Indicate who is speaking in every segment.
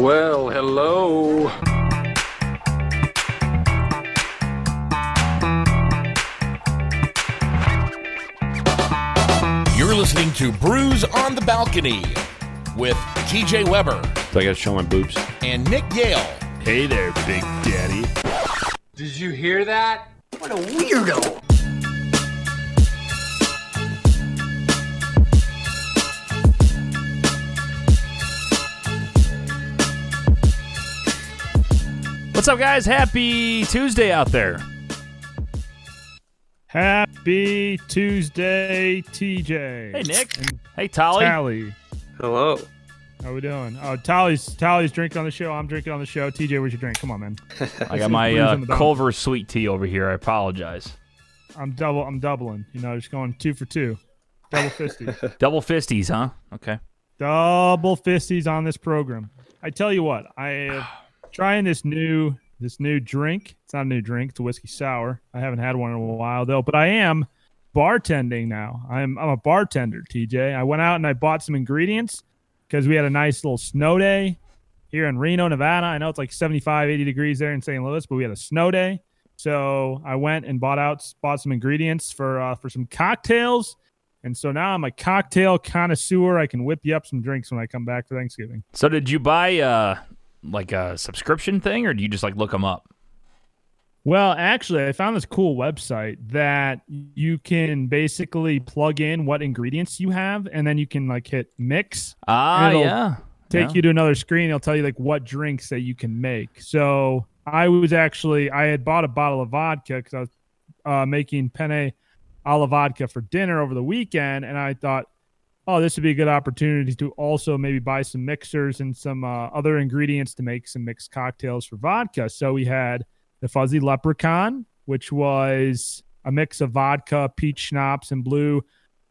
Speaker 1: Well, hello.
Speaker 2: You're listening to Brews on the Balcony with TJ Weber
Speaker 3: So I gotta show my boobs.
Speaker 2: and Nick Yale.
Speaker 3: Hey there, Big Daddy.
Speaker 1: Did you hear that?
Speaker 4: What's up, guys? Happy Tuesday out there.
Speaker 5: Happy Tuesday, TJ.
Speaker 4: Hey, Nick.
Speaker 5: And
Speaker 4: Hey, Tolly.
Speaker 5: Tally.
Speaker 6: Hello.
Speaker 5: How we doing? Oh, Tally's Tally's drinking on the show. I'm drinking on the show. TJ, where's your drink? Come on, man.
Speaker 4: I got my uh,
Speaker 5: on the balcony.
Speaker 4: Culver sweet tea over here. I apologize.
Speaker 5: I'm double. I'm doubling. You know, just going two for two. Double fisties.
Speaker 4: Double fisties, huh? Okay.
Speaker 5: double fisties on this program. I tell you what, I am trying this new this new drink. It's not a new drink. It's a whiskey sour. I haven't had one in a while though, but I am bartending now. I'm I'm a bartender, TJ. I went out and I bought some ingredients because we had a nice little snow day here in Reno, Nevada. I know it's like 75, 80 degrees there in St. Louis, but we had a snow day. So I went and bought out bought some ingredients for uh, for some cocktails. And so now I'm a cocktail connoisseur. I can whip you up some drinks when I come back for Thanksgiving.
Speaker 4: So, did you buy uh, like a subscription thing, or do you just like look them up?
Speaker 5: Well, actually, I found this cool website that you can basically plug in what ingredients you have, and then you can like hit mix,
Speaker 4: Ah,
Speaker 5: It'll
Speaker 4: yeah.
Speaker 5: take
Speaker 4: Yeah.
Speaker 5: you to another screen. It'll tell you like what drinks that you can make. So I was actually I had bought a bottle of vodka because I was uh, making penne alla vodka for dinner over the weekend, and I thought, oh, this would be a good opportunity to also maybe buy some mixers and some uh, other ingredients to make some mixed cocktails for vodka. So we had the fuzzy leprechaun, which was a mix of vodka, peach schnapps, and blue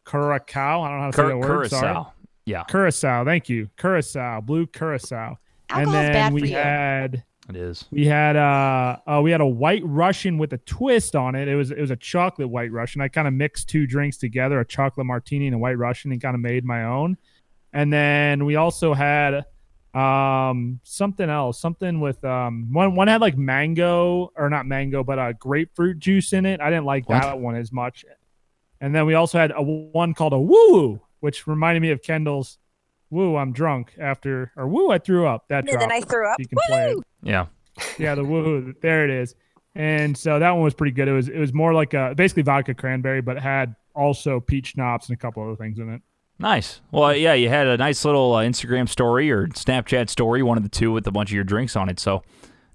Speaker 5: curacao. I don't know how to say
Speaker 4: Cur-
Speaker 5: that word. Sorry.
Speaker 4: Curacao. Yeah,
Speaker 5: Curacao. Thank you. Curacao, blue curacao. and
Speaker 7: Alcohol's
Speaker 5: then
Speaker 7: bad
Speaker 5: we
Speaker 7: for you.
Speaker 5: had
Speaker 4: it is.
Speaker 5: we had uh, uh we had a white Russian with a twist on it. It was it was a chocolate white Russian. I kind of mixed two drinks together, a chocolate martini and a white Russian, and kind of made my own. And then we also had um something else, something with um one one had like mango or not mango, but uh grapefruit juice in it. I didn't like
Speaker 4: What?
Speaker 5: that one as much. And then we also had a one called a woo woo, which reminded me of Kendall's woo. I'm drunk after or woo. I threw up. That
Speaker 7: And then I
Speaker 5: dropped.
Speaker 7: threw up.
Speaker 5: You can play it.
Speaker 4: Yeah.
Speaker 5: Yeah, the woohoo. There it is. And so that one was pretty good. It was it was more like a basically vodka cranberry, but it had also peach schnapps and a couple other things in it.
Speaker 4: Nice. Well, yeah, you had a nice little uh, Instagram story or Snapchat story, one of the two with a bunch of your drinks on it. So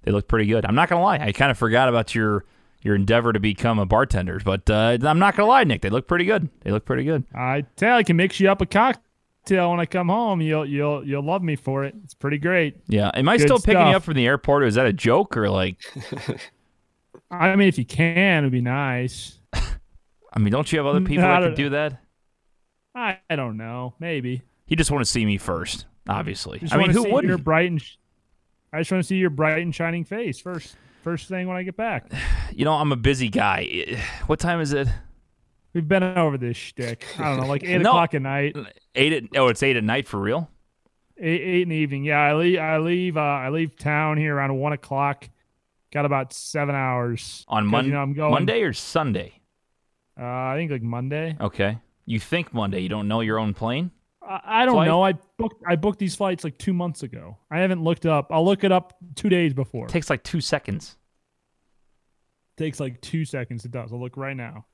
Speaker 4: they look pretty good. I'm not gonna lie, I kind of forgot about your your endeavor to become a bartender, but uh, I'm not gonna lie, Nick, they look pretty good. They look pretty good.
Speaker 5: I tell you, I can mix you up a cocktail when I come home. You'll you'll you'll love me for it. It's pretty great.
Speaker 4: Yeah. Am I
Speaker 5: Good
Speaker 4: still picking you
Speaker 5: stuff.
Speaker 4: up from the airport? Or is that a joke or like?
Speaker 5: I mean, if you can, it'd be nice.
Speaker 4: I mean, don't you have other people
Speaker 5: Not
Speaker 4: that could
Speaker 5: a-
Speaker 4: do that?
Speaker 5: I, I don't know. Maybe.
Speaker 4: You just want to see me first, obviously.
Speaker 5: Just
Speaker 4: I mean,
Speaker 5: wanna
Speaker 4: who
Speaker 5: see Your
Speaker 4: wouldn't?
Speaker 5: bright and sh- I just want to see your bright and shining face first. First thing when I get back.
Speaker 4: You know, I'm a busy guy. What time is it?
Speaker 5: We've been over this shtick. I don't know, like eight
Speaker 4: No.
Speaker 5: o'clock at night.
Speaker 4: Eight. At, oh, it's eight at night for real.
Speaker 5: eight, eight in the evening. Yeah, I leave. I leave. Uh, I leave town here around one o'clock. Got about seven hours
Speaker 4: On
Speaker 5: 'Cause,
Speaker 4: Mon-
Speaker 5: you know, I'm going,
Speaker 4: Monday or Sunday?
Speaker 5: Uh, I think like Monday.
Speaker 4: Okay. You think Monday? You don't know your own plane?
Speaker 5: I, I don't
Speaker 4: Flight?
Speaker 5: know. I booked. I booked these flights like two months ago. I haven't looked up. I'll look it up two days before.
Speaker 4: takes like two seconds.
Speaker 5: takes like two seconds. It does. I'll look right now.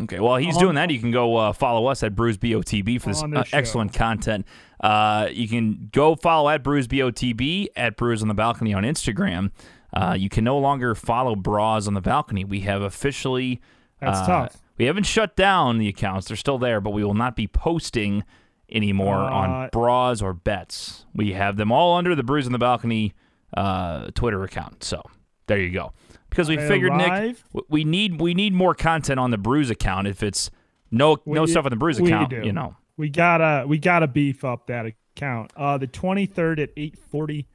Speaker 4: Okay. Well, he's
Speaker 5: On-
Speaker 4: doing that. You can go uh, follow us at Brews BOTB for this
Speaker 5: On the
Speaker 4: uh,
Speaker 5: show.
Speaker 4: excellent content. Uh, you can go follow at Brews BOTB at Brews on the Balcony on Instagram. Uh, you can no longer follow Bras on the Balcony. We have officially.
Speaker 5: That's
Speaker 4: uh,
Speaker 5: tough.
Speaker 4: We haven't shut down the accounts. They're still there, but we will not be posting anymore on
Speaker 5: Uh,
Speaker 4: bras or bets. We have them all under the Brews on the Balcony uh, Twitter account. So there you go. Because we
Speaker 5: I
Speaker 4: figured, Nick,
Speaker 5: arrive-
Speaker 4: w- we need we need more content on the Brews account. If it's no no
Speaker 5: We-
Speaker 4: stuff on the Brews
Speaker 5: we
Speaker 4: account,
Speaker 5: do.
Speaker 4: you know.
Speaker 5: We gotta. We gotta beef up that account. Uh, the twenty third at eight forty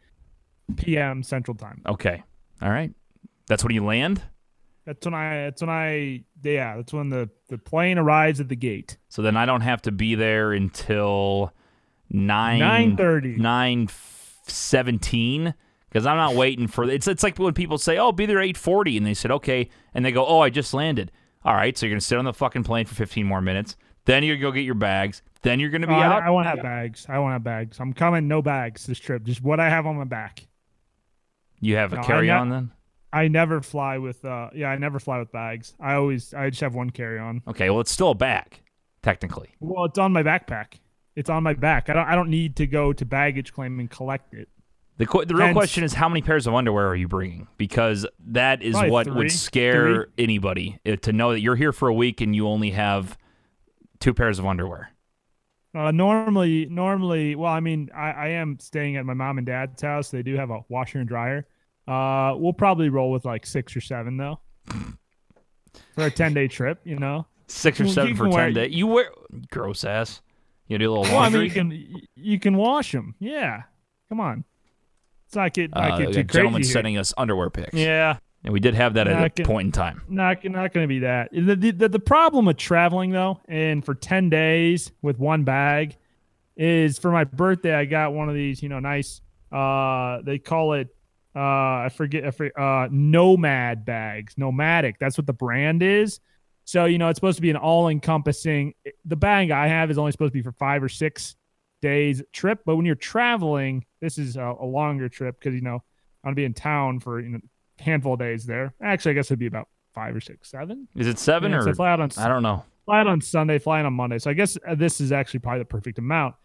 Speaker 5: p.m. Central Time.
Speaker 4: Okay, all right. That's when you land.
Speaker 5: That's when I. That's when I. Yeah. That's when the the plane arrives at the gate.
Speaker 4: So then I don't have to be there until nine
Speaker 5: Nine thirty.
Speaker 4: nine f- seventeen because I'm not waiting for it's. It's like when people say, "Oh, be there eight forty and they said, "Okay," and they go, "Oh, I just landed." All right, so you're gonna sit on the fucking plane for fifteen more minutes. Then you go get your bags. Then you're gonna be
Speaker 5: Oh, I-
Speaker 4: out.
Speaker 5: I, won't have bags. I won't have bags. I'm coming no bags this trip. Just what I have on my back.
Speaker 4: you have a
Speaker 5: No, I'm
Speaker 4: carry on
Speaker 5: not-
Speaker 4: then.
Speaker 5: I never fly with. uh Yeah, I never fly with bags. I always. I just have one carry on.
Speaker 4: Okay, well it's still a bag, technically.
Speaker 5: Well, it's on my backpack. It's on my back. I don't. I don't need to go to baggage claim and collect it.
Speaker 4: The, qu- the real
Speaker 5: Hence-
Speaker 4: question is how many pairs of underwear are you bringing? Because that is
Speaker 5: Probably
Speaker 4: what
Speaker 5: three.
Speaker 4: would scare anybody uh, to know that you're here for a week and you only have two pairs of underwear.
Speaker 5: Uh, normally, normally, well, I mean, I, I am staying at my mom and dad's house. They do have a washer and dryer. Uh, we'll probably roll with like six or seven though, for a ten day trip. You know,
Speaker 4: Six or
Speaker 5: Well, you
Speaker 4: seven for
Speaker 5: can wear-
Speaker 4: ten days. You wear gross ass. You do a little
Speaker 5: well, I
Speaker 4: laundry.
Speaker 5: mean, you can y- you can wash them. Yeah, come on, it's not get
Speaker 4: Uh,
Speaker 5: not get
Speaker 4: we
Speaker 5: too
Speaker 4: got gentlemen
Speaker 5: crazy here.
Speaker 4: sending us underwear pics.
Speaker 5: Yeah,
Speaker 4: And we did have that at
Speaker 5: Yeah,
Speaker 4: a
Speaker 5: I can-
Speaker 4: point in time.
Speaker 5: not not going to be that. The, the the- the problem with traveling though, and for ten days with one bag, is for my birthday I got one of these you know nice uh they call it uh I forget I forget uh nomad bags nomadic that's what the brand is. So you know it's supposed to be an all encompassing. The bag I have is only supposed to be for five or six days trip, but when you're traveling, this is a, a longer trip because you know I'm gonna be in town for you know, handful of days there. Actually, I guess it'd be about five or six, seven.
Speaker 4: Is it seven
Speaker 5: Yeah,
Speaker 4: or
Speaker 5: so fly out on
Speaker 4: I don't know.
Speaker 5: fly out on Sunday, fly out on Monday. So I guess uh, this is actually probably the perfect amount.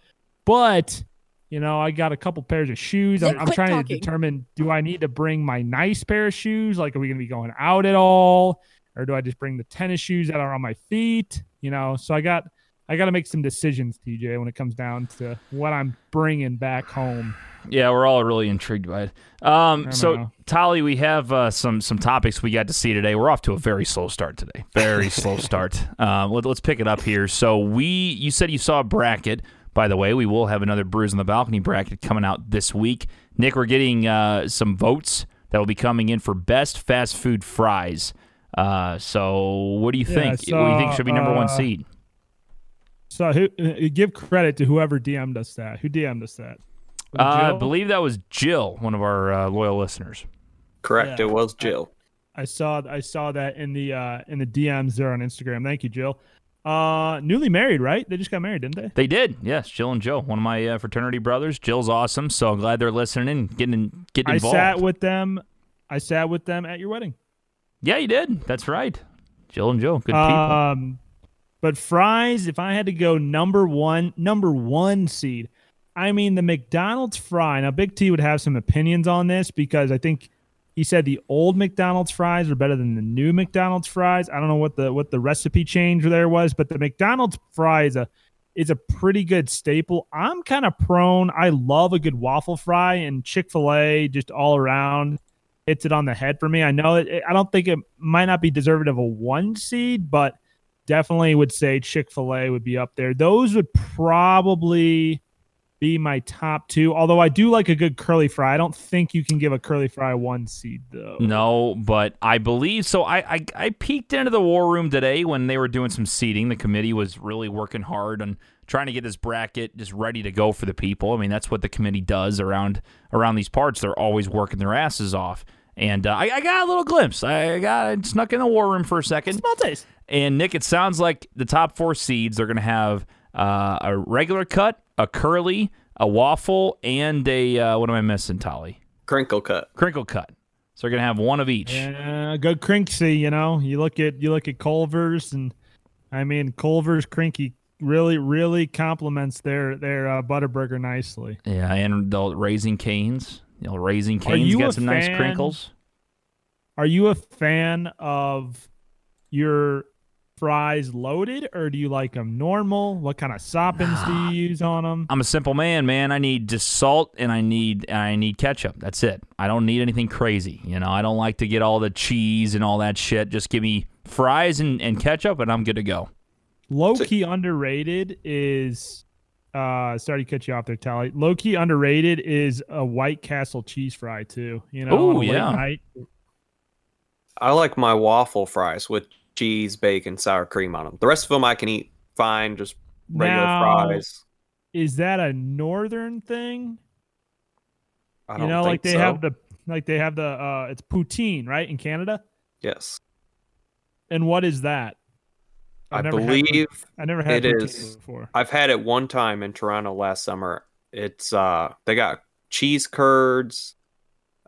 Speaker 5: But you know, I got a couple pairs of shoes. I'm,
Speaker 6: Zip,
Speaker 5: I'm
Speaker 6: quit
Speaker 5: trying to
Speaker 6: talking.
Speaker 5: determine: do I need to bring my nice pair of shoes? Like, are we gonna be going out at all, or do I just bring the tennis shoes that are on my feet? You know, so I got. I got to make some decisions, TJ, when it comes down to what I'm bringing back home.
Speaker 4: Yeah, we're all really intrigued by it. Um,
Speaker 5: don't
Speaker 4: so,
Speaker 5: know.
Speaker 4: Tolly, we have uh, some some topics we got to see today. We're off to a very slow start today. Very slow start. Um, let, us pick it up here. So, we you said you saw a bracket. By the way, we will have another Bruise on the Balcony bracket coming out this week. Nick, we're getting uh, some votes that will be coming in for best fast food fries. Uh, so, what do you
Speaker 5: Yeah,
Speaker 4: think? what do you think
Speaker 5: so,
Speaker 4: should be number one
Speaker 5: uh,
Speaker 4: seed?
Speaker 5: So who, uh, give credit to whoever DM'd us that. Who DM'd us that? Was it
Speaker 4: Uh, I
Speaker 5: Jill?
Speaker 4: believe that was Jill, one of our uh, loyal listeners.
Speaker 7: Correct. It was Jill.
Speaker 5: I saw I saw that in the uh, in the DMs there on Instagram. Thank you, Jill. Uh, newly married, right? They just got married, didn't they?
Speaker 4: They did, yes. Jill and Joe, one of my uh, fraternity brothers. Jill's awesome, so I'm glad they're listening and getting in, getting
Speaker 5: I
Speaker 4: involved.
Speaker 5: sat with them. I sat with them at your wedding.
Speaker 4: yeah, you did. That's right. Jill and Joe, good people.
Speaker 5: Um, but fries, if I had to go number one, number one seed, I mean the McDonald's fry. Now, Big T would have some opinions on this because I think he said the old McDonald's fries are better than the new McDonald's fries. I don't know what the what the recipe change there was, but the McDonald's uh, fry is a is a pretty good staple. I'm kind of prone. I love a good waffle fry and Chick fil A just all around hits it on the head for me. I know it, I don't think it might not be deserving of a one seed, but definitely would say Chick fil A would be up there. Those would probably be my top two. Although I do like a good curly fry. I don't think you can give a curly fry one seed though.
Speaker 4: No, but I believe so. I, I I peeked into the war room today when they were doing some seating. The committee was really working hard on trying to get this bracket just ready to go for the people. I mean, that's what the committee does around around these parts. They're always working their asses off. And uh, I, I got a little glimpse. I I got I snuck in the war room for a second.
Speaker 5: Small taste.
Speaker 4: And Nick, it sounds like the top four seeds are going to have uh, a regular cut, a curly, a waffle, and a uh, what am I missing, Tolly?
Speaker 7: Crinkle cut.
Speaker 4: Crinkle cut. So they're going to have one of each.
Speaker 5: Yeah, go crinksy, you know. You look at you look at Culver's and I mean Culver's crinky really really complements their their uh, butterburger nicely.
Speaker 4: Yeah, and the raising canes. You know, raising
Speaker 5: Are
Speaker 4: canes
Speaker 5: you
Speaker 4: got
Speaker 5: a
Speaker 4: some nice
Speaker 5: fan?
Speaker 4: crinkles.
Speaker 5: Are you a fan of your fries loaded, or do you like them normal? What kind of soppings do you use on them?
Speaker 4: I'm a simple man, man. I need just salt and I need and I need ketchup. That's it. I don't need anything crazy. You know, I don't like to get all the cheese and all that shit. Just give me fries and, and ketchup and I'm good to go.
Speaker 5: Low key underrated is. Uh, sorry to cut you off there, Tally. Low key underrated is a White Castle cheese fry too. You know,
Speaker 4: Ooh,
Speaker 5: on a late
Speaker 4: yeah.
Speaker 5: night.
Speaker 7: I like my waffle fries with cheese, bacon, sour cream on them. The rest of them I can eat fine, just regular
Speaker 5: Now,
Speaker 7: fries.
Speaker 5: Is that a northern thing?
Speaker 7: I
Speaker 5: you
Speaker 7: don't
Speaker 5: know,
Speaker 7: think
Speaker 5: like they
Speaker 7: so.
Speaker 5: have the like they have the uh it's poutine, right, in Canada?
Speaker 7: yes.
Speaker 5: And what is that?
Speaker 7: I
Speaker 5: I've never had
Speaker 7: believe
Speaker 5: I never had
Speaker 7: it
Speaker 5: poutine
Speaker 7: is-
Speaker 5: before.
Speaker 7: I've had it one time in Toronto last summer. It's uh they got cheese curds,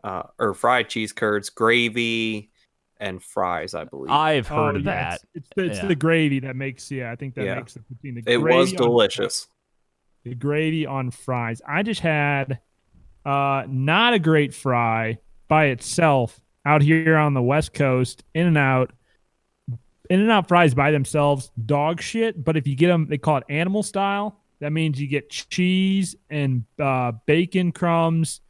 Speaker 7: uh or fried cheese curds, gravy, and fries, I believe.
Speaker 4: I've
Speaker 5: Oh,
Speaker 4: heard of
Speaker 5: yeah,
Speaker 4: that.
Speaker 5: it's- It's, the, it's
Speaker 4: Yeah.
Speaker 5: the gravy that makes yeah, I think that
Speaker 7: Yeah.
Speaker 5: makes the poutine. The
Speaker 7: it was
Speaker 5: gravy on-
Speaker 7: delicious.
Speaker 5: the gravy on fries. I just had uh not a great fry by itself out here on the West Coast, in and out. In and out fries by themselves, dog shit. But if you get them, they call it animal style. That means you get cheese and uh, bacon crumbs,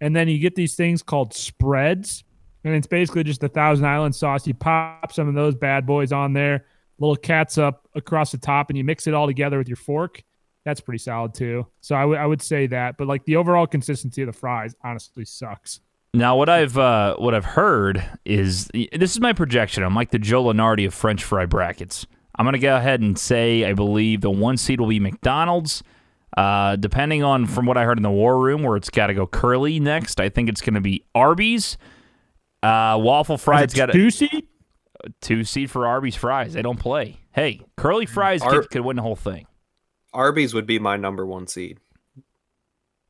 Speaker 5: and then you get these things called spreads, and it's basically just the Thousand Island sauce. You pop some of those bad boys on there, little catsup across the top, and you mix it all together with your fork. That's pretty solid too. So I would I would say that, but like the overall consistency of the fries honestly sucks.
Speaker 4: Now, what I've uh, what I've heard is this is my projection. I'm like the Joe Lenardi of French fry brackets. I'm gonna go ahead and say I believe the one seed will be McDonald's. Uh, depending on from what I heard in the war room, where it's got to go curly next. I think it's gonna be Arby's. Uh, waffle fries got a
Speaker 5: juicy.
Speaker 4: two seed for Arby's fries. They don't play. Hey, curly fries
Speaker 7: Ar-
Speaker 4: could, could win the whole thing.
Speaker 7: Arby's would be my number one seed.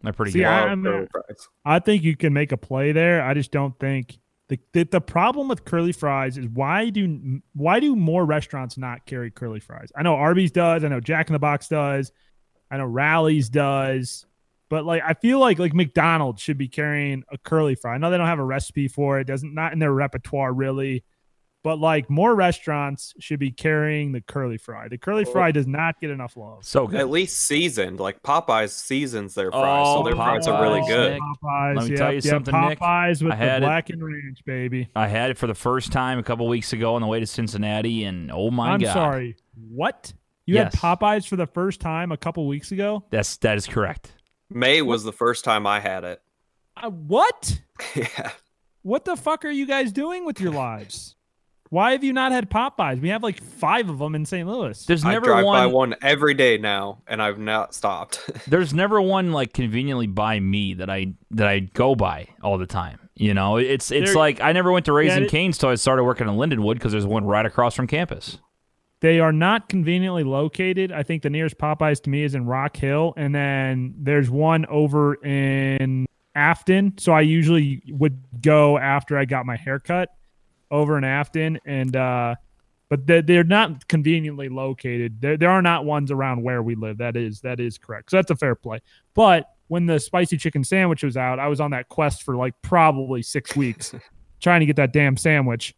Speaker 4: They're pretty
Speaker 5: See,
Speaker 4: good.
Speaker 5: I-
Speaker 7: Love
Speaker 5: I'm-
Speaker 7: curly fries.
Speaker 5: I think you can make a play there. I just don't think the, the the problem with curly fries is why do why do more restaurants not carry curly fries? I know Arby's does, I know Jack in the Box does, I know Rally's does, but like I feel like like McDonald's should be carrying a curly fry. I know they don't have a recipe for it, doesn't not in their repertoire really. But like more restaurants should be carrying the curly fry. The curly fry does not get enough love.
Speaker 4: so good.
Speaker 7: At least seasoned, like Popeyes seasons their fries,
Speaker 4: Oh,
Speaker 7: so their fries are really
Speaker 4: Popeyes,
Speaker 7: good.
Speaker 4: Nick.
Speaker 5: Popeyes,
Speaker 4: Let me
Speaker 5: yeah,
Speaker 4: tell you
Speaker 5: yeah,
Speaker 4: something, Nick.
Speaker 5: Popeyes with
Speaker 4: I had it.
Speaker 5: the black and ranch, baby.
Speaker 4: I had it for the first time a couple weeks ago on the way to Cincinnati, and oh my
Speaker 5: I'm
Speaker 4: god!
Speaker 5: sorry. What? You
Speaker 4: Yes.
Speaker 5: had Popeyes for the first time a couple weeks ago?
Speaker 4: That's that is correct.
Speaker 7: May was the first time I had it.
Speaker 5: Uh, what?
Speaker 7: yeah.
Speaker 5: What the fuck are you guys doing with your lives? Why have you not had Popeyes? We have like five of them in St. Louis.
Speaker 4: There's
Speaker 7: I
Speaker 4: never
Speaker 7: drive by
Speaker 4: one,
Speaker 7: one every day now and I've not stopped.
Speaker 4: There's never one like conveniently by me that I that I go by all the time. You know, it's it's
Speaker 5: There-
Speaker 4: like I never went to Raising
Speaker 5: it-
Speaker 4: Cane's till I started working in Lindenwood because there's one right across from campus.
Speaker 5: They are not conveniently located. I think the nearest Popeyes to me is in Rock Hill, and then there's one over in Afton. So I usually would go after I got my haircut over in Afton, and uh, but they're, they're not conveniently located. There, there are not ones around where we live. That is that is correct. So that's a fair play. But when the spicy chicken sandwich was out, I was on that quest for like probably six weeks, trying to get that damn sandwich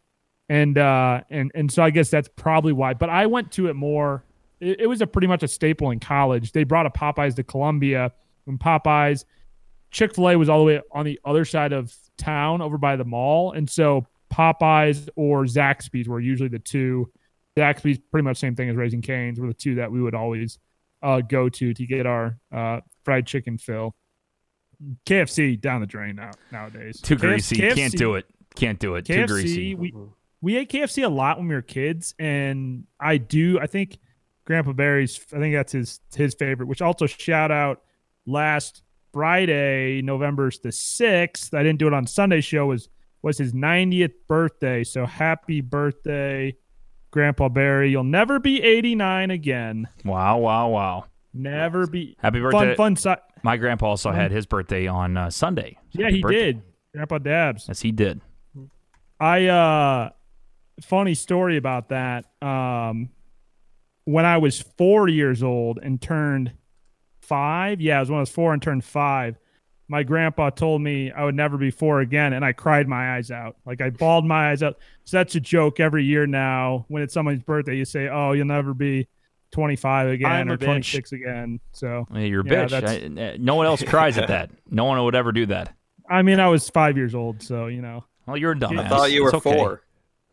Speaker 5: and uh and and so i guess that's probably why but i went to it more it, it was a pretty much a staple in college they brought a popeyes to columbia and popeyes chick-fil-a was all the way on the other side of town over by the mall and so popeyes or zaxby's were usually the two zaxby's pretty much same thing as raising canes were the two that we would always uh go to to get our uh fried chicken fill kfc down the drain now nowadays
Speaker 4: Too
Speaker 5: K-
Speaker 4: greasy. Can't do it. Can't do it. Too greasy.
Speaker 5: we we ate KFC a lot when we were kids, and I do. I think Grandpa Barry's. I think that's his his favorite. Which also shout out last Friday, November's the sixth. I didn't do it on Sunday show. Was was his 90th birthday. So happy birthday, Grandpa Barry. You'll never be 89 again.
Speaker 4: Wow! Wow! Wow!
Speaker 5: Never be.
Speaker 4: Happy birthday!
Speaker 5: Fun fun side.
Speaker 4: My grandpa also had his birthday on uh, Sunday.
Speaker 5: Yeah,
Speaker 4: Happy
Speaker 5: he
Speaker 4: birthday.
Speaker 5: did. Grandpa Dabs.
Speaker 4: Yes, he did.
Speaker 5: I uh funny story about that. Um when I was four years old and turned five, yeah, it was when I was four and turned five. My grandpa told me I would never be four again, and I cried my eyes out. Like I bawled my eyes out. So that's a joke every year now. When it's someone's birthday, you say, "Oh, you'll never be 25 again
Speaker 4: I'm a
Speaker 5: or
Speaker 4: bitch.
Speaker 5: 26 again." So
Speaker 4: Hey, You're a
Speaker 5: Yeah,
Speaker 4: bitch. I- uh, no one else cries at that. No one would ever do that.
Speaker 5: I mean, I was five years old, so you know.
Speaker 4: Well, you're a dumbass.
Speaker 7: I thought you were
Speaker 4: It's okay.
Speaker 7: four.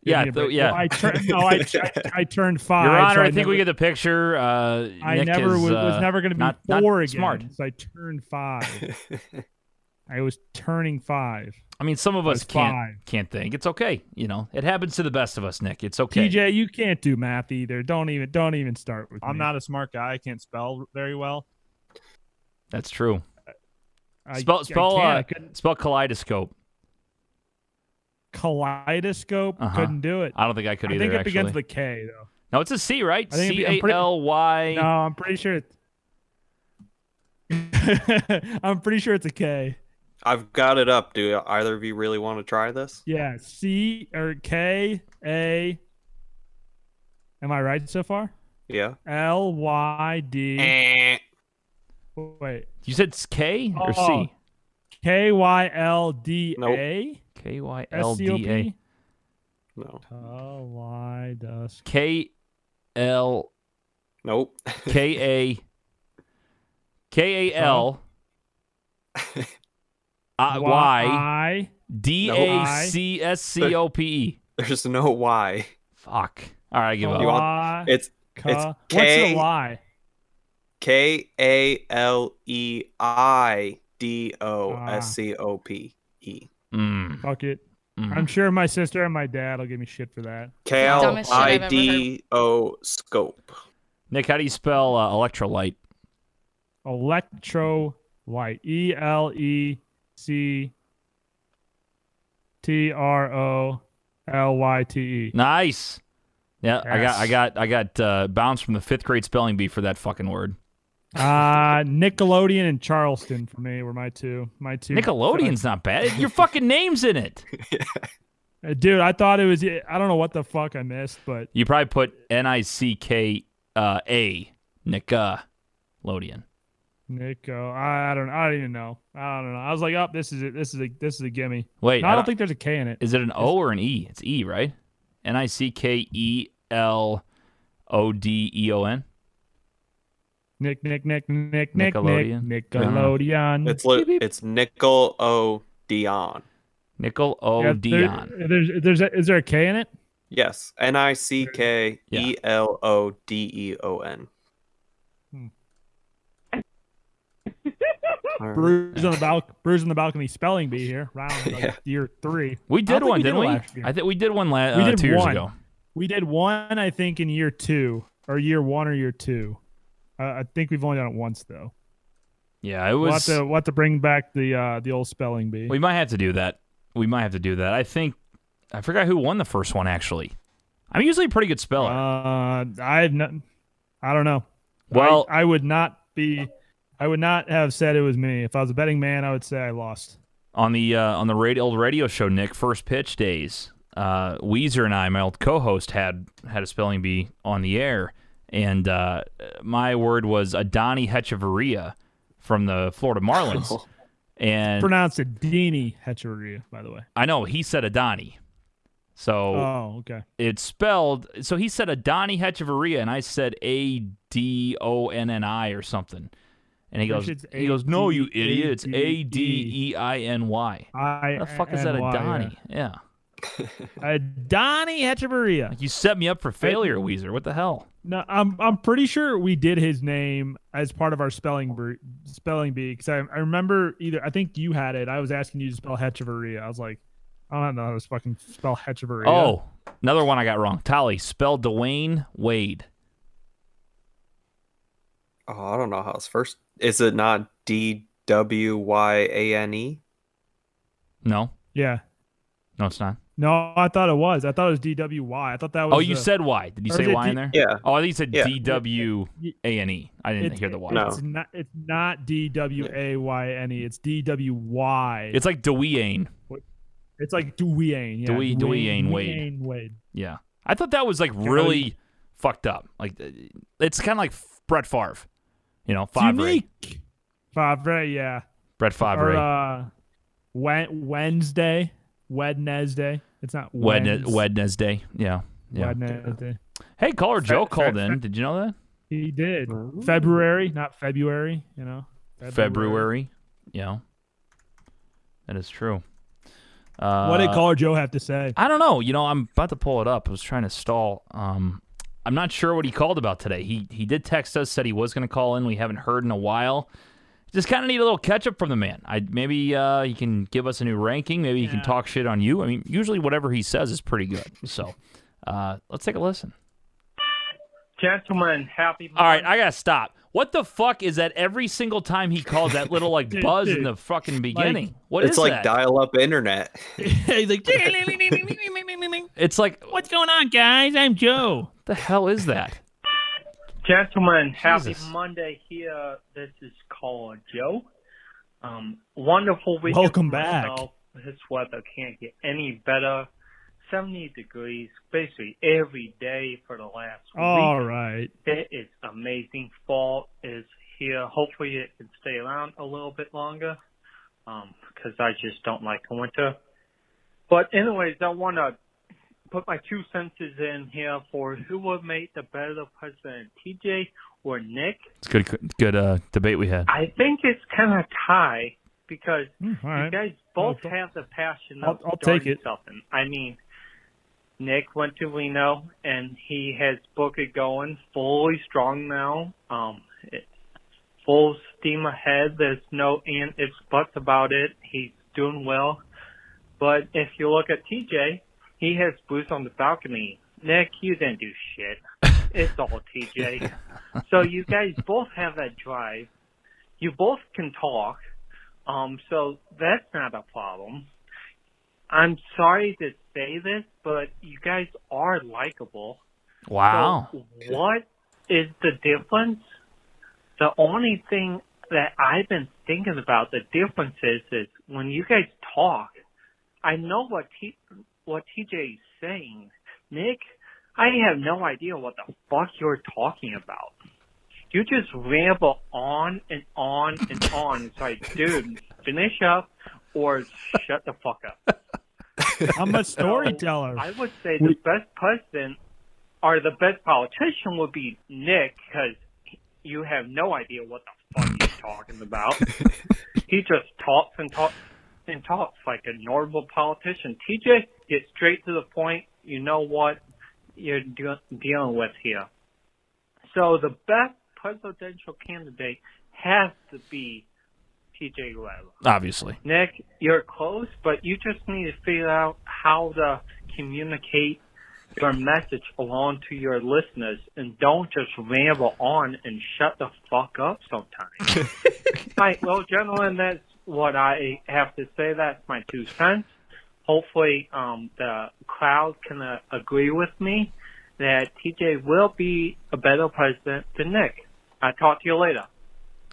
Speaker 5: give
Speaker 4: Yeah,
Speaker 5: me a
Speaker 4: th-
Speaker 5: break.
Speaker 4: yeah.
Speaker 5: Well, I turned. No, I, I, I turned five.
Speaker 4: Your Honor,
Speaker 5: so
Speaker 4: I,
Speaker 5: I
Speaker 4: think
Speaker 5: never-
Speaker 4: we get the picture. Uh,
Speaker 5: I
Speaker 4: Nick
Speaker 5: never
Speaker 4: is,
Speaker 5: was,
Speaker 4: uh,
Speaker 5: was never going to be
Speaker 4: not- not
Speaker 5: four again.
Speaker 4: Smart.
Speaker 5: So I turned five. I was turning five.
Speaker 4: I mean, some of us
Speaker 5: Like
Speaker 4: can't
Speaker 5: five.
Speaker 4: can't think. It's okay. You know, it happens to the best of us, Nick. It's okay.
Speaker 5: TJ, you can't do math either. Don't even don't even start with
Speaker 6: I'm
Speaker 5: me.
Speaker 6: not a smart guy. I can't spell very well.
Speaker 4: That's true.
Speaker 5: I,
Speaker 4: Spell
Speaker 5: I
Speaker 4: spell
Speaker 5: can't. I
Speaker 4: uh,
Speaker 5: couldn't-
Speaker 4: spell kaleidoscope.
Speaker 5: kaleidoscope.
Speaker 4: Uh-huh.
Speaker 5: Couldn't do it.
Speaker 4: I don't think I could
Speaker 5: I
Speaker 4: either.
Speaker 5: think it
Speaker 4: actually,
Speaker 5: begins with a K though.
Speaker 4: no, it's a C, right?
Speaker 5: I think
Speaker 4: C
Speaker 5: it'd be- I'm
Speaker 4: A
Speaker 5: pretty-
Speaker 4: L Y.
Speaker 5: No, I'm pretty sure. It's... I'm pretty sure it's a K.
Speaker 7: I've got it up. Do either of you really want to try this?
Speaker 5: Yeah, C or K A. Am I right so far?
Speaker 7: Yeah.
Speaker 5: L Y D.
Speaker 7: Eh.
Speaker 5: Wait,
Speaker 4: You said it's K or
Speaker 5: Oh.
Speaker 4: C?
Speaker 5: K Y L D A
Speaker 4: K y l
Speaker 5: S C O
Speaker 4: d a
Speaker 5: P.
Speaker 7: No.
Speaker 5: Kaleidoscope.
Speaker 4: k l
Speaker 7: Nope.
Speaker 4: k a k a l uh, y
Speaker 5: Y.
Speaker 4: d a c s c o p e.
Speaker 7: There's no Y.
Speaker 4: Fuck. All right, I give
Speaker 5: Y.
Speaker 7: You
Speaker 4: up.
Speaker 7: want- It's
Speaker 5: Ka-
Speaker 7: it's
Speaker 5: What's
Speaker 7: K-
Speaker 5: the Y?
Speaker 7: K A L E I D O S C O P E.
Speaker 4: Mm,
Speaker 5: Fuck it. I'm
Speaker 4: mm.
Speaker 5: sure my sister and my dad will give me shit for that.
Speaker 7: K L
Speaker 6: Dumbest shit I've
Speaker 7: I
Speaker 6: ever heard.
Speaker 7: D O scope.
Speaker 4: Nick, how do you spell uh, electrolyte?
Speaker 5: Electro light. E L E C T R O L Y T E.
Speaker 4: Nice. Yeah, I
Speaker 5: Yes.
Speaker 4: got, I got, I got uh, bounced from the fifth grade spelling bee for that fucking word.
Speaker 5: Uh, Nickelodeon and Charleston for me were my two. My two.
Speaker 4: Nickelodeon's not bad. Your fucking name's in it.
Speaker 5: Uh, dude, I thought it was. I don't know what the fuck I missed, but
Speaker 4: You probably put N I C K uh, A Nickelodeon.
Speaker 5: Nico, I, I don't. I don't even know. I don't know. I was like, oh, this is it. This is a. This is a gimme.
Speaker 4: Wait,
Speaker 5: No, I don't think there's a K in it.
Speaker 4: is it an O or an E? It's E, right? N I C K E L O D E O N.
Speaker 5: Nick, Nick, Nick, Nick, Nick, Nick,
Speaker 4: Nickelodeon?
Speaker 5: Nickelodeon.
Speaker 7: It's li- it's nickel O Dion.
Speaker 4: Nickel
Speaker 5: Yeah,
Speaker 4: O
Speaker 5: there-
Speaker 4: Oh, Dion.
Speaker 5: there's, there's a, is there a K in it?
Speaker 7: Yes. N I C K
Speaker 4: Yeah.
Speaker 7: E L O D E O N.
Speaker 5: Hmm.
Speaker 7: All right.
Speaker 5: Bruise on the balcony. Bruise on the balcony. Spelling bee here. Round like,
Speaker 7: Yeah.
Speaker 5: year three.
Speaker 4: We
Speaker 5: I
Speaker 4: did
Speaker 5: don't think
Speaker 4: one,
Speaker 5: we
Speaker 4: didn't
Speaker 5: did
Speaker 4: we?
Speaker 5: it last year.
Speaker 4: I think we did one la-
Speaker 5: We
Speaker 4: uh,
Speaker 5: did
Speaker 4: two
Speaker 5: one.
Speaker 4: years ago.
Speaker 5: We did one, I think, in year two or year one or year two. Uh, I think we've only done it once though.
Speaker 4: Yeah, it
Speaker 5: We'll have
Speaker 4: was.
Speaker 5: to, we'll have to bring back the uh, the old spelling bee.
Speaker 4: We might have to do that. We might have to do that. I think I forgot who won the first one actually. I'm usually a pretty good speller.
Speaker 5: Uh, I've not, I don't know.
Speaker 4: Well-
Speaker 5: I, I would not be. I would not have said it was me. If I was a betting man, I would say I lost.
Speaker 4: on the uh, on the radio, old radio show, Nick, first pitch days, uh, Weezer and I, my old co-host, had had a spelling bee on the air, and uh, my word was Adani Hechevarria from the Florida Marlins, and
Speaker 5: Pronounced it Dini Hecheria, by the way.
Speaker 4: I know he said Adani, so
Speaker 5: Oh, okay.
Speaker 4: it's spelled. So he said Adani Hechevarria, and I said A D O N N I or something. And he
Speaker 5: That
Speaker 4: goes,
Speaker 5: shit's
Speaker 4: he goes, no, you
Speaker 5: A D E.
Speaker 4: idiot! It's A D E I N Y.
Speaker 5: I.
Speaker 4: What the fuck is that,
Speaker 5: NY,
Speaker 4: Adani? Yeah.
Speaker 5: yeah. Adani Hecheria.
Speaker 4: You set me up for failure, Weezer. What the hell?
Speaker 5: No, I'm I'm pretty sure we did his name as part of our spelling bre- spelling bee because I, I remember either I think you had it. I was asking you to spell Hecheveria. I was like, I don't know how to fucking spell Hecheveria.
Speaker 4: Oh, another one I got wrong. Tolly, spell Dwayne Wade.
Speaker 7: Oh, I don't know how it's first. Is it not D W Y A N E?
Speaker 4: No,
Speaker 5: yeah.
Speaker 4: no, it's not.
Speaker 5: No, I thought it was. I thought it was DWY. I thought that was.
Speaker 4: Oh, you
Speaker 5: the-
Speaker 4: said Y. Did you
Speaker 5: or
Speaker 4: say
Speaker 5: is it
Speaker 4: Y in
Speaker 5: D-
Speaker 4: there?
Speaker 7: Yeah.
Speaker 4: Oh, I think you said
Speaker 7: Yeah.
Speaker 4: D W A N E. I didn't
Speaker 5: it's-
Speaker 4: hear the Y.
Speaker 7: No.
Speaker 5: It's not. It's not D W A Y N E. It's D W Y.
Speaker 4: It's like Dwayne.
Speaker 5: It's like Dwayne. Yeah.
Speaker 4: Dwayne- Dwayne Wade.
Speaker 5: Dwayne Wade.
Speaker 4: Yeah. I thought that was like really fucked up. Like, uh, it's kind of like Brett Favre. You know, Favre.
Speaker 5: Unique. Favre. Yeah.
Speaker 4: Brett
Speaker 5: or
Speaker 4: Favre.
Speaker 5: uh, Wen- Wednesday, Wednesday. It's not
Speaker 4: Wednes-
Speaker 5: Wednesday.
Speaker 4: Wednesday. Yeah. Yeah.
Speaker 5: Wednesday.
Speaker 4: Hey, caller Joe
Speaker 5: Fe-
Speaker 4: called
Speaker 5: fe-
Speaker 4: in. Did you know that?
Speaker 5: He did February, not February. You know,
Speaker 4: February. Yeah. That is true. Uh,
Speaker 5: What did caller Joe have to say?
Speaker 4: I don't know. You know, I'm about to pull it up. I was trying to stall. Um, I'm not sure what he called about today. He he did text us, said he was going to call in. We haven't heard in a while. Just kind of need a little catch up from the man. I maybe uh, he can give us a new ranking. Maybe he can
Speaker 5: Yeah.
Speaker 4: talk shit on you. I mean, usually whatever he says is pretty good. So uh, let's take a listen.
Speaker 8: Gentlemen, happy
Speaker 4: All right, I gotta stop. What the fuck is that? Every single time he calls that little like
Speaker 5: Dude,
Speaker 4: buzz in
Speaker 5: dude.
Speaker 4: the fucking beginning. what is
Speaker 7: it's like
Speaker 4: that?
Speaker 7: dial up internet.
Speaker 5: He's like,
Speaker 4: it's like what
Speaker 5: what's going on, guys? I'm Joe.
Speaker 4: the hell is that?
Speaker 6: Gentlemen, happy
Speaker 4: Jesus.
Speaker 6: Monday here. This is caller Joe. Um, wonderful weekend.
Speaker 5: Welcome
Speaker 6: for
Speaker 5: back.
Speaker 6: myself. This weather can't get any better. 70 degrees basically every day for the last
Speaker 5: All
Speaker 6: week.
Speaker 5: right.
Speaker 6: It is amazing. Fall is here. Hopefully it can stay around a little bit longer um, because I just don't like the winter. But anyways, I want to put my two senses in here for who would make the better president, TJ or Nick.
Speaker 4: It's good, good uh, debate we had.
Speaker 6: I think it's kind of tie because
Speaker 5: Mm, all
Speaker 6: you
Speaker 5: right.
Speaker 6: guys both
Speaker 5: I'll-
Speaker 6: have the passion
Speaker 5: I'll-
Speaker 6: of
Speaker 5: I'll
Speaker 6: starting
Speaker 5: take it.
Speaker 6: something. I mean, Nick went to Reno and he has Booker going fully strong now. Um, it, full steam ahead. There's no and ifs buts about it. He's doing well. But if you look at TJ, he has Bruce on the balcony. Nick, you didn't do shit. It's all TJ. so you guys both have that drive. You both can talk. Um, so that's not a problem. I'm sorry to say this, but you guys are likable.
Speaker 4: Wow.
Speaker 6: So what is the difference? The only thing that I've been thinking about the difference is, is when you guys talk, I know what T- what TJ is saying. Nick, I have no idea what the fuck you're talking about. You just ramble on and on and on. It's like, dude, finish up or shut the fuck up.
Speaker 5: I'm a storyteller.
Speaker 6: I would say the best president or the best politician would be Nick because you have no idea what the fuck he's talking about. he just talks and talks and talks like a normal politician. TJ, get straight to the point. You know what you're de- dealing with here. So the best presidential candidate has to be TJ Love.
Speaker 4: Obviously.
Speaker 6: Nick, you're close, but you just need to figure out how to communicate your message along to your listeners and don't just ramble on and shut the fuck up sometimes. All right, well, gentlemen, that's what I have to say. That's my two cents. Hopefully, um, the crowd can uh, agree with me that TJ will be a better president than Nick. I'll talk to you later.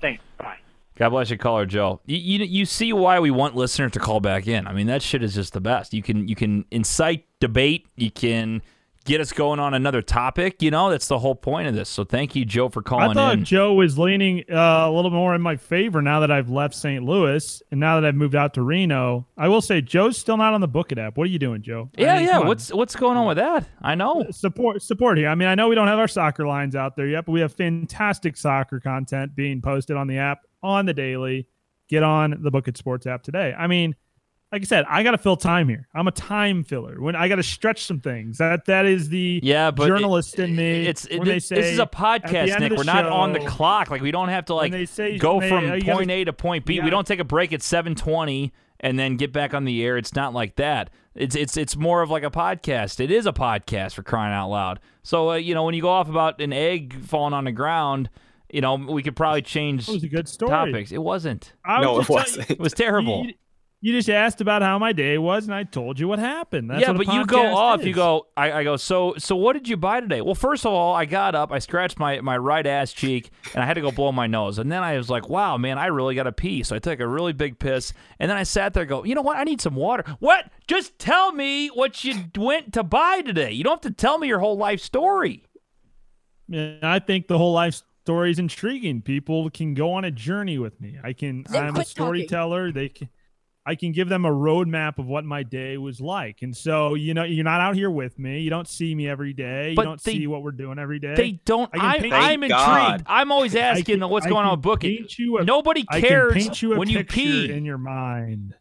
Speaker 6: Thanks. Bye.
Speaker 4: God bless you, caller Joe. You, you you see why we want listeners to call back in. I mean, that shit is just the best. You can you can incite debate. You can get us going on another topic. You know, that's the whole point of this. So thank you, Joe, for
Speaker 5: I
Speaker 4: calling
Speaker 5: thought
Speaker 4: in.
Speaker 5: Joe was leaning uh, a little more in my favor now that I've left St. Louis and now that I've moved out to Reno. I will say Joe's still not on the Book It app. What are you doing, Joe? I
Speaker 4: yeah,
Speaker 5: mean,
Speaker 4: yeah.
Speaker 5: come on.
Speaker 4: What's what's going on with that? I know.
Speaker 5: support support here? I mean, I know we don't have our soccer lines out there yet, but we have fantastic soccer content being posted on the app on the daily. Get on the Book It Sports app today. I mean, like I said, I got to fill time here. I'm a time filler. When I got to stretch some things, that that is the
Speaker 4: Yeah, but it-
Speaker 5: journalist in me.
Speaker 4: It's
Speaker 5: when
Speaker 4: thi-
Speaker 5: they say,
Speaker 4: this is a
Speaker 5: at the end
Speaker 4: podcast,
Speaker 5: of
Speaker 4: Nick.
Speaker 5: the
Speaker 4: We're not on the
Speaker 5: show-
Speaker 4: clock. Like we don't have to like
Speaker 5: they say
Speaker 4: go
Speaker 5: may- uh,
Speaker 4: from
Speaker 5: you gotta-
Speaker 4: point A to point B.
Speaker 5: you
Speaker 4: we
Speaker 5: gotta-
Speaker 4: don't take a break at seven twenty and then get back on the air. It's not like that. It's it's it's more of like a podcast. It is a podcast for crying out loud. So uh, you know when you go off about an egg falling on the ground, you know we could probably change
Speaker 5: That was a good story.
Speaker 4: topics. It wasn't.
Speaker 5: I
Speaker 7: No,
Speaker 5: was
Speaker 7: it
Speaker 5: just telling
Speaker 7: wasn't.
Speaker 4: It was
Speaker 5: you-
Speaker 4: terrible.
Speaker 5: You, you just asked about how my day was, and I told you what happened. That's
Speaker 4: yeah,
Speaker 5: what a
Speaker 4: but you go
Speaker 5: podcast
Speaker 4: off.
Speaker 5: is.
Speaker 4: You go. I, I go. So so what did you buy today? Well, first of all, I got up. I scratched my my right ass cheek, and I had to go blow my nose. And then I was like, wow, man, I really got to pee. So I took a really big piss, and then I sat there. and Go. You know what? I need some water. What? Just tell me what you went to buy today. You don't have to tell me your whole life story.
Speaker 5: Man, I think the whole life story is intriguing. People can go on a journey with me. I can. I'm a storyteller. They can. I can give them a roadmap of what my day was like. And so, you know, you're not out here with me. You don't see me every day.
Speaker 4: But
Speaker 5: you don't
Speaker 4: they-
Speaker 5: see what we're doing every day.
Speaker 4: They don't.
Speaker 5: I can
Speaker 4: I,
Speaker 5: paint-
Speaker 4: I'm intrigued.
Speaker 7: Thank God.
Speaker 4: I'm always
Speaker 5: I
Speaker 4: asking
Speaker 5: can-
Speaker 4: what's
Speaker 5: I
Speaker 4: going on
Speaker 5: can
Speaker 4: with booking.
Speaker 5: paint you a-
Speaker 4: Nobody
Speaker 5: I
Speaker 4: cares
Speaker 5: can paint you a
Speaker 4: when you
Speaker 5: picture
Speaker 4: pee.
Speaker 5: in your mind.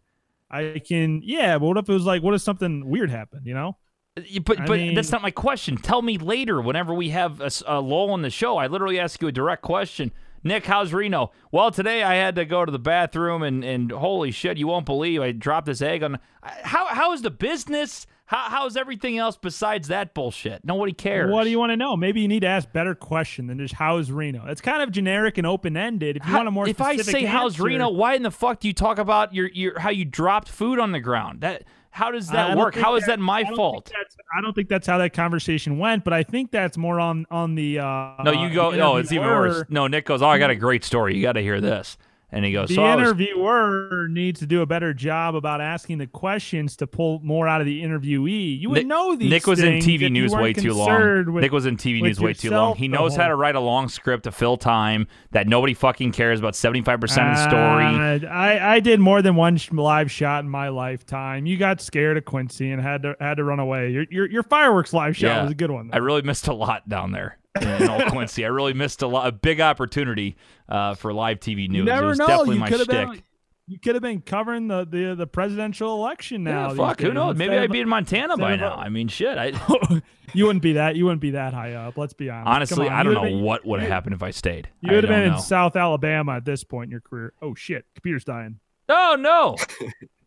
Speaker 5: I can, yeah. But what if it was like, what if something weird happened? You know,
Speaker 4: Y- But
Speaker 5: I
Speaker 4: but
Speaker 5: mean-
Speaker 4: that's not my question. Tell me later whenever we have a, s- a lull in the show. I literally ask you a direct question. Nick, how's Reno? Well, today I had to go to the bathroom and, and holy shit, you won't believe I dropped this egg on. I- How how is the business? How, how's everything else besides that bullshit? Nobody cares.
Speaker 5: What do you want to know? Maybe you need to ask better question than just how's Reno. It's kind of generic and open ended. If you
Speaker 4: How-
Speaker 5: want a more
Speaker 4: if I
Speaker 5: specific
Speaker 4: say how's
Speaker 5: answer-
Speaker 4: Reno, why in the fuck do you talk about your, your how you dropped food on the ground? That how does
Speaker 5: I
Speaker 4: that
Speaker 5: don't
Speaker 4: work?
Speaker 5: think
Speaker 4: How is that my
Speaker 5: I don't
Speaker 4: fault?
Speaker 5: think that's- I don't think that's how that conversation went, but I think that's more on on the. Uh,
Speaker 4: No, you go.
Speaker 5: the
Speaker 4: No, it's even worse.
Speaker 5: interviewer-
Speaker 4: No, Nick goes. Oh, I got a great story. You got to hear this. And he goes.
Speaker 5: The
Speaker 4: so I was-
Speaker 5: interviewer needs to do a better job about asking the questions to pull more out of the interviewee. You would
Speaker 4: Nick-
Speaker 5: know these.
Speaker 4: Nick was in
Speaker 5: things if
Speaker 4: TV
Speaker 5: you
Speaker 4: news
Speaker 5: weren't
Speaker 4: way too
Speaker 5: concerned
Speaker 4: long.
Speaker 5: with-
Speaker 4: Nick was in TV
Speaker 5: with
Speaker 4: news way too long.
Speaker 5: yourself
Speaker 4: He
Speaker 5: the
Speaker 4: knows how
Speaker 5: whole-
Speaker 4: to write a long script to fill time that nobody fucking cares about. Seventy-five percent of the story.
Speaker 5: Uh, I, I did more than one sh- live shot in my lifetime. You got scared of Quincy and had to had to run away. Your your, your fireworks live shot
Speaker 4: Yeah.
Speaker 5: was a good one.
Speaker 4: I really missed a lot down there in Old Quincy. I really missed a lot, a big opportunity uh, for live TV news.
Speaker 5: you
Speaker 4: it
Speaker 5: never
Speaker 4: was
Speaker 5: know.
Speaker 4: definitely
Speaker 5: you
Speaker 4: my
Speaker 5: could have
Speaker 4: shtick.
Speaker 5: been you could have been covering the, the the presidential election now.
Speaker 4: yeah,
Speaker 5: these
Speaker 4: fuck. Who
Speaker 5: days.
Speaker 4: knows? Maybe
Speaker 5: Instead
Speaker 4: I'd be in Montana by
Speaker 5: instead
Speaker 4: now.
Speaker 5: of-
Speaker 4: I mean, shit. I
Speaker 5: of- you wouldn't be that. You wouldn't be that high up. Let's be honest.
Speaker 4: honestly,
Speaker 5: Come on,
Speaker 4: I
Speaker 5: you
Speaker 4: don't know
Speaker 5: would've been-
Speaker 4: what would have happened if I stayed.
Speaker 5: You
Speaker 4: I
Speaker 5: would have
Speaker 4: don't
Speaker 5: been
Speaker 4: know.
Speaker 5: in South Alabama at this point in your career. Oh shit, computer's dying.
Speaker 4: Oh no!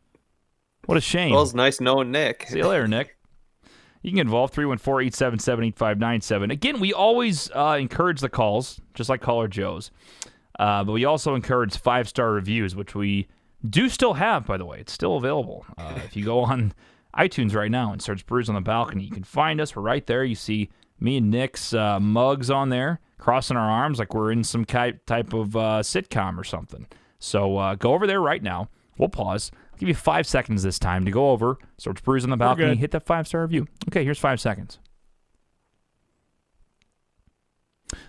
Speaker 4: what a shame.
Speaker 7: Well, it's nice knowing Nick.
Speaker 4: See you later, Nick. You can get involved 314 877 8597. Again, we always uh, encourage the calls, just like Caller Joe's. Uh, but we also encourage five star reviews, which we do still have, by the way. It's still available. Uh, if you go on iTunes right now and search Brews on the Balcony, you can find us. We're right there. You see me and Nick's uh, mugs on there, crossing our arms like we're in some ki- type of uh, sitcom or something. So uh, go over there right now. We'll pause. I'll give you five seconds this time to go over, search Brews on the Balcony,
Speaker 5: good.
Speaker 4: hit that five star review. Okay, here's five seconds.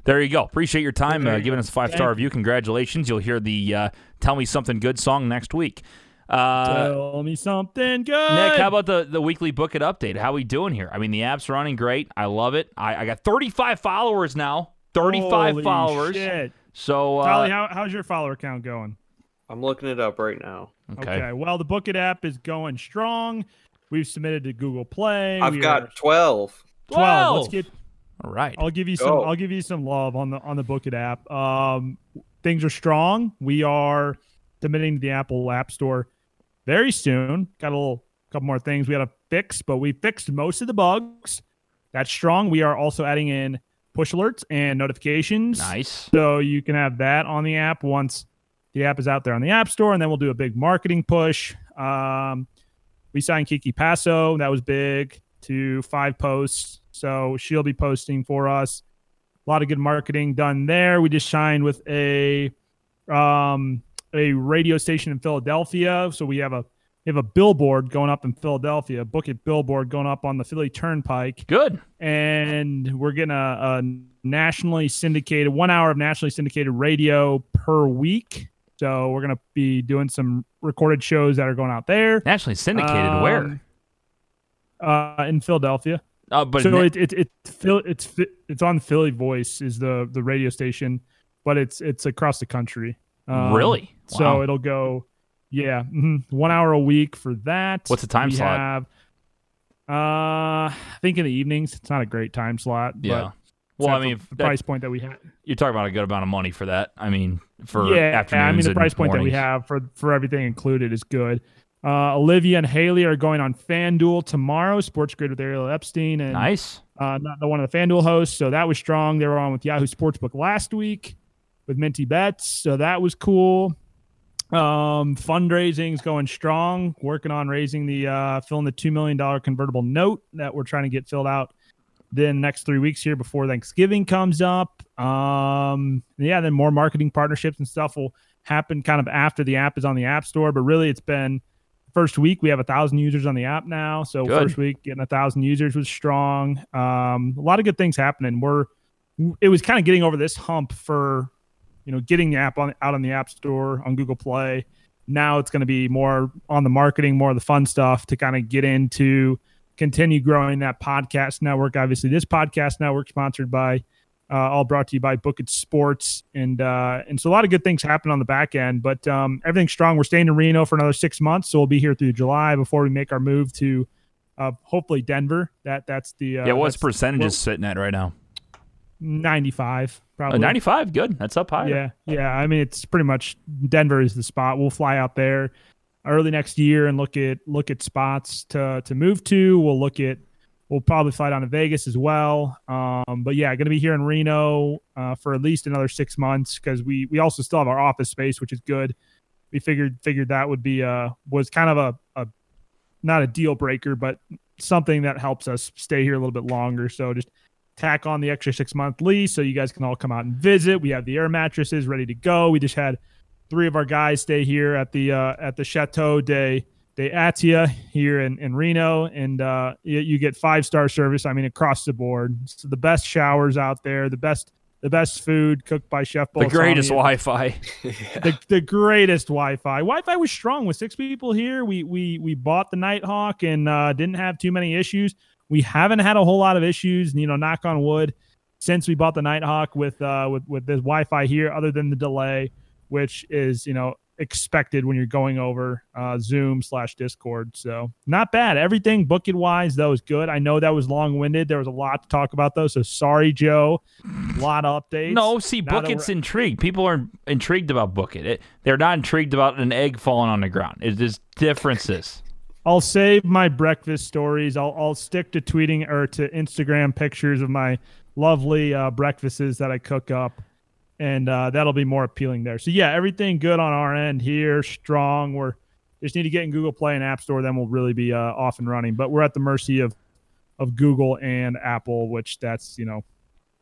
Speaker 4: There you go. Appreciate your time uh, giving us a five star review. Congratulations. You'll hear the uh, Tell Me Something Good song next week. Uh,
Speaker 5: Tell me something good.
Speaker 4: Nick, how about the, the weekly Book It update? How we doing here? I mean, the app's running great. I love it. I, I got 35 followers now. 35
Speaker 5: Holy
Speaker 4: followers.
Speaker 5: Shit.
Speaker 4: So, uh,
Speaker 5: Dolly, how, how's your follower count going?
Speaker 7: I'm looking it up right now.
Speaker 4: okay.
Speaker 5: Well, the Book It app is going strong. We've submitted to Google Play.
Speaker 7: I've
Speaker 5: We are
Speaker 7: got 12.
Speaker 5: 12. Let's
Speaker 4: 12.
Speaker 5: get.
Speaker 4: All right.
Speaker 5: I'll give you some.
Speaker 7: Go.
Speaker 5: I'll give you some love on the on the Book It app. Um, things are strong. We are submitting to the Apple App Store very soon. Got a little couple more things we got to fix, but we fixed most of the bugs. That's strong. We are also adding in push alerts and notifications.
Speaker 4: Nice.
Speaker 5: So you can have that on the app once the app is out there on the App Store, and then we'll do a big marketing push. Um, we signed Kiki Paso, that was big, to five posts. So she'll be posting for us. A lot of good marketing done there. We just signed with a um, a radio station in Philadelphia, so we have a we have a billboard going up in Philadelphia, book it billboard going up on the Philly Turnpike
Speaker 4: Good.
Speaker 5: and we're getting a, a nationally syndicated one hour of nationally syndicated radio per week. So we're gonna be doing some recorded shows that are going out there
Speaker 4: Nationally syndicated.
Speaker 5: Um,
Speaker 4: where?
Speaker 5: uh, in Philadelphia.
Speaker 4: Uh, but
Speaker 5: so
Speaker 4: Nick-
Speaker 5: it, it, it, Phil- it's Phil- it's on Philly Voice is the the radio station, but it's it's across the country. Um,
Speaker 4: Really? Wow.
Speaker 5: So it'll go, yeah, mhm, one hour a week for that.
Speaker 4: What's the time
Speaker 5: We
Speaker 4: slot?
Speaker 5: Have, uh, I think in the evenings. It's not a great time slot. But
Speaker 4: yeah. Well, I
Speaker 5: except
Speaker 4: mean,
Speaker 5: for
Speaker 4: if
Speaker 5: the
Speaker 4: that-
Speaker 5: price point that we have.
Speaker 4: you're talking about a good amount of money for that. I mean, for
Speaker 5: yeah,
Speaker 4: afternoons
Speaker 5: I mean the
Speaker 4: and
Speaker 5: price point that we
Speaker 4: mornings.
Speaker 5: have for for everything included is good. Uh, Olivia and Haley are going on FanDuel tomorrow. Sports Grid with Ariel Epstein and
Speaker 4: Nice.
Speaker 5: uh, not the one of the FanDuel hosts, so that was strong. They were on with Yahoo Sportsbook last week with Minty Bets, so that was cool. Um, fundraising's going strong. Working on raising the uh, filling the two million dollar convertible note that we're trying to get filled out. Then next three weeks here before Thanksgiving comes up. Um, yeah, then more marketing partnerships and stuff will happen kind of after the app is on the app store. But really, it's been first week we have a thousand users on the app now. So
Speaker 4: Good.
Speaker 5: first week getting a thousand users was strong. Um, a lot of good things happening. We're it was kind of getting over this hump for you know getting the app on out on the app store on Google Play. Now it's going to be more on the marketing, more of the fun stuff to kind of get into continue growing that podcast network. Obviously, this podcast network sponsored by uh, all brought to you by Book It Sports, and uh, and so a lot of good things happen on the back end. But um, everything's strong. We're staying in Reno for another six months, so we'll be here through July before we make our move to uh, hopefully Denver. That that's the uh,
Speaker 4: yeah, what's
Speaker 5: that's
Speaker 4: percentages sitting at right now?
Speaker 5: ninety five
Speaker 4: Uh,
Speaker 5: probably
Speaker 4: 95. Good. That's up high.
Speaker 5: yeah, yeah. I mean, it's pretty much Denver is the spot. We'll fly out there. early next year and look at look at spots to to move to. We'll look at we'll probably fly down to Vegas as well. Um, but yeah, going to be here in Reno uh, for at least another six months because we we also still have our office space, which is good. We figured figured that would be uh was kind of a, a not a deal breaker, but something that helps us stay here a little bit longer. So just tack on the extra six month lease so you guys can all come out and visit. We have the air mattresses ready to go. We just had three of our guys stay here at the uh, at the Chateau de de Atia here in, in Reno, and uh, you, you get five star service. I mean, across the board, so the best showers out there, the best the best food cooked by Chef.
Speaker 4: The greatest
Speaker 5: Balsamian
Speaker 4: Wi-Fi.
Speaker 5: the, the greatest Wi-Fi. Wi-Fi was strong with six people here. We we we bought the Nighthawk and uh, didn't have too many issues. We haven't had a whole lot of issues. You know, knock on wood, since we bought the Nighthawk with uh, with with this Wi-Fi here, other than the delay, which is you know expected when you're going over uh, Zoom slash Discord. So not bad. Everything booking wise though is good. I know that was long winded. There was a lot to talk about though. So sorry, Joe. A lot of updates.
Speaker 4: No, see,
Speaker 5: Now that
Speaker 4: Book
Speaker 5: we're-
Speaker 4: It's intrigued. People are intrigued about Book It. It- They're not intrigued about an egg falling on the ground. It is differences.
Speaker 5: I'll save my breakfast stories. I'll I'll stick to tweeting or to Instagram pictures of my lovely uh, breakfasts that I cook up, and uh, that'll be more appealing there. So yeah, everything good on our end here. Strong. We're just need to get in Google Play and App Store. Then we'll really be uh, off and running. But we're at the mercy of of Google and Apple, which that's you know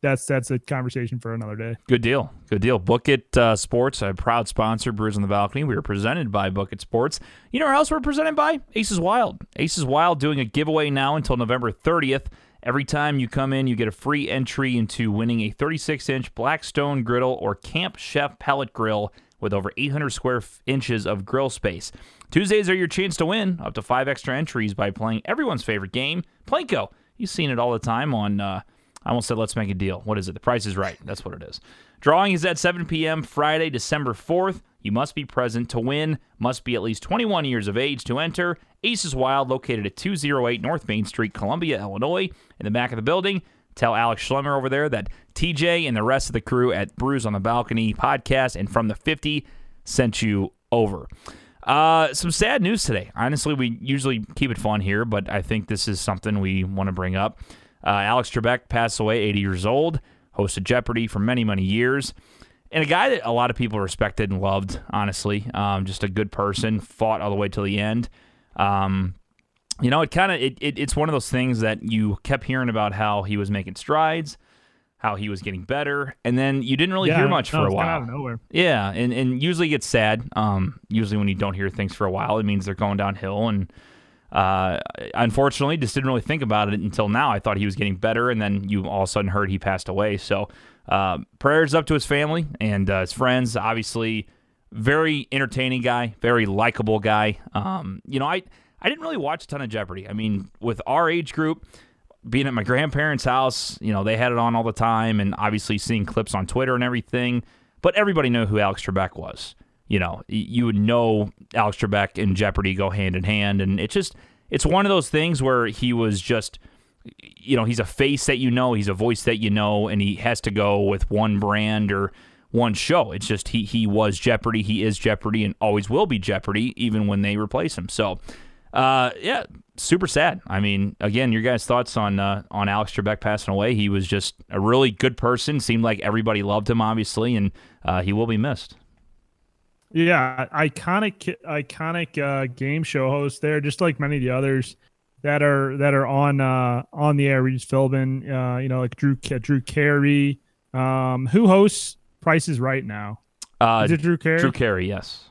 Speaker 5: that's that's a conversation for another day.
Speaker 4: Good deal. Good deal. Book It uh, Sports, a proud sponsor, Brews on the Balcony. We were presented by Book It Sports. You know where else we're presented by? Aces Wild. Aces Wild doing a giveaway now until November 30th. Every time you come in, you get a free entry into winning a 36 inch Blackstone griddle or Camp Chef pellet grill with over 800 square f- inches of grill space. Tuesdays are your chance to win up to five extra entries by playing everyone's favorite game, Planko. You've seen it all the time on. Uh, I almost said let's make a deal. What is it? The price is right. That's what it is. Drawing is at 7 p.m. Friday, December 4th. You must be present to win, must be at least 21 years of age to enter. Aces Wild, located at 208 North Main Street, Columbia, Illinois, in the back of the building. Tell Alex Schlemmer over there that TJ and the rest of the crew at Brews on the Balcony podcast and from the 50 sent you over. Uh, some sad news today. Honestly, we usually keep it fun here, but I think this is something we want to bring up. Uh, Alex Trebek passed away, 80 years old, hosted Jeopardy for many, many years, and a guy that a lot of people respected and loved, honestly. Um, just a good person, fought all the way till the end. Um, you know, it kind of it, it, it's one of those things that you kept hearing about how he was making strides, how he was getting better, and then you didn't really hear much
Speaker 5: no,
Speaker 4: for a
Speaker 5: it's kinda
Speaker 4: while.
Speaker 5: Out of nowhere.
Speaker 4: Yeah, and, and usually it's sad. Um, usually when you don't hear things for a while, it means they're going downhill. And uh, unfortunately, just didn't really think about it until now. I thought he was getting better, and then you all of a sudden heard he passed away. So uh, prayers up to his family and uh, his friends. Obviously, very entertaining guy, very likable guy. Um, you know, I I didn't really watch a ton of Jeopardy. I mean, with our age group, being at my grandparents' house, you know, they had it on all the time, and obviously seeing clips on Twitter and everything. But everybody knew who Alex Trebek was. You know, y- you would know Alex Trebek and Jeopardy go hand in hand, and it's just it's one of those things where he was just, you know, he's a face that you know, he's a voice that you know, and he has to go with one brand or one show. It's just he he was Jeopardy, he is Jeopardy, and always will be Jeopardy, even when they replace him. So, uh, yeah, super sad. I mean, again, your guys' thoughts on uh, on Alex Trebek passing away? He was just a really good person. Seemed like everybody loved him, obviously, and uh, he will be missed.
Speaker 5: Yeah, iconic, iconic uh, game show host there, just like many of the others that are that are on uh, on the air. Regis Philbin, uh, you know, like Drew Ca- Drew Carey, um, who hosts Price is Right now.
Speaker 4: Uh,
Speaker 5: Is it Drew Carey?
Speaker 4: Drew Carey, yes.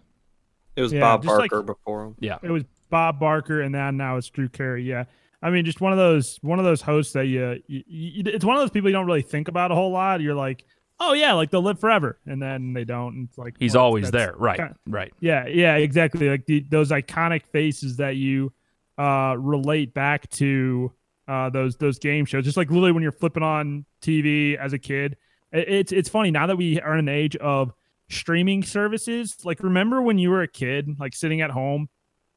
Speaker 7: It was
Speaker 5: Yeah,
Speaker 7: Bob
Speaker 5: just like-
Speaker 7: Barker before him.
Speaker 5: it was Bob Barker, and then now it's Drew Carey. Yeah, I mean, just one of those one of those hosts that you, you, you it's one of those people you don't really think about a whole lot. You're like, oh yeah, like they'll live forever, and then they don't. And it's like
Speaker 4: He's
Speaker 5: well,
Speaker 4: always
Speaker 5: that's-
Speaker 4: there, right?
Speaker 5: kinda-
Speaker 4: right.
Speaker 5: Yeah, yeah, exactly. Like the, those iconic faces that you uh, relate back to uh, those those game shows. Just like literally when you're flipping on TV as a kid, It- it's it's funny now that we are in an age of streaming services. Like remember when you were a kid, like sitting at home,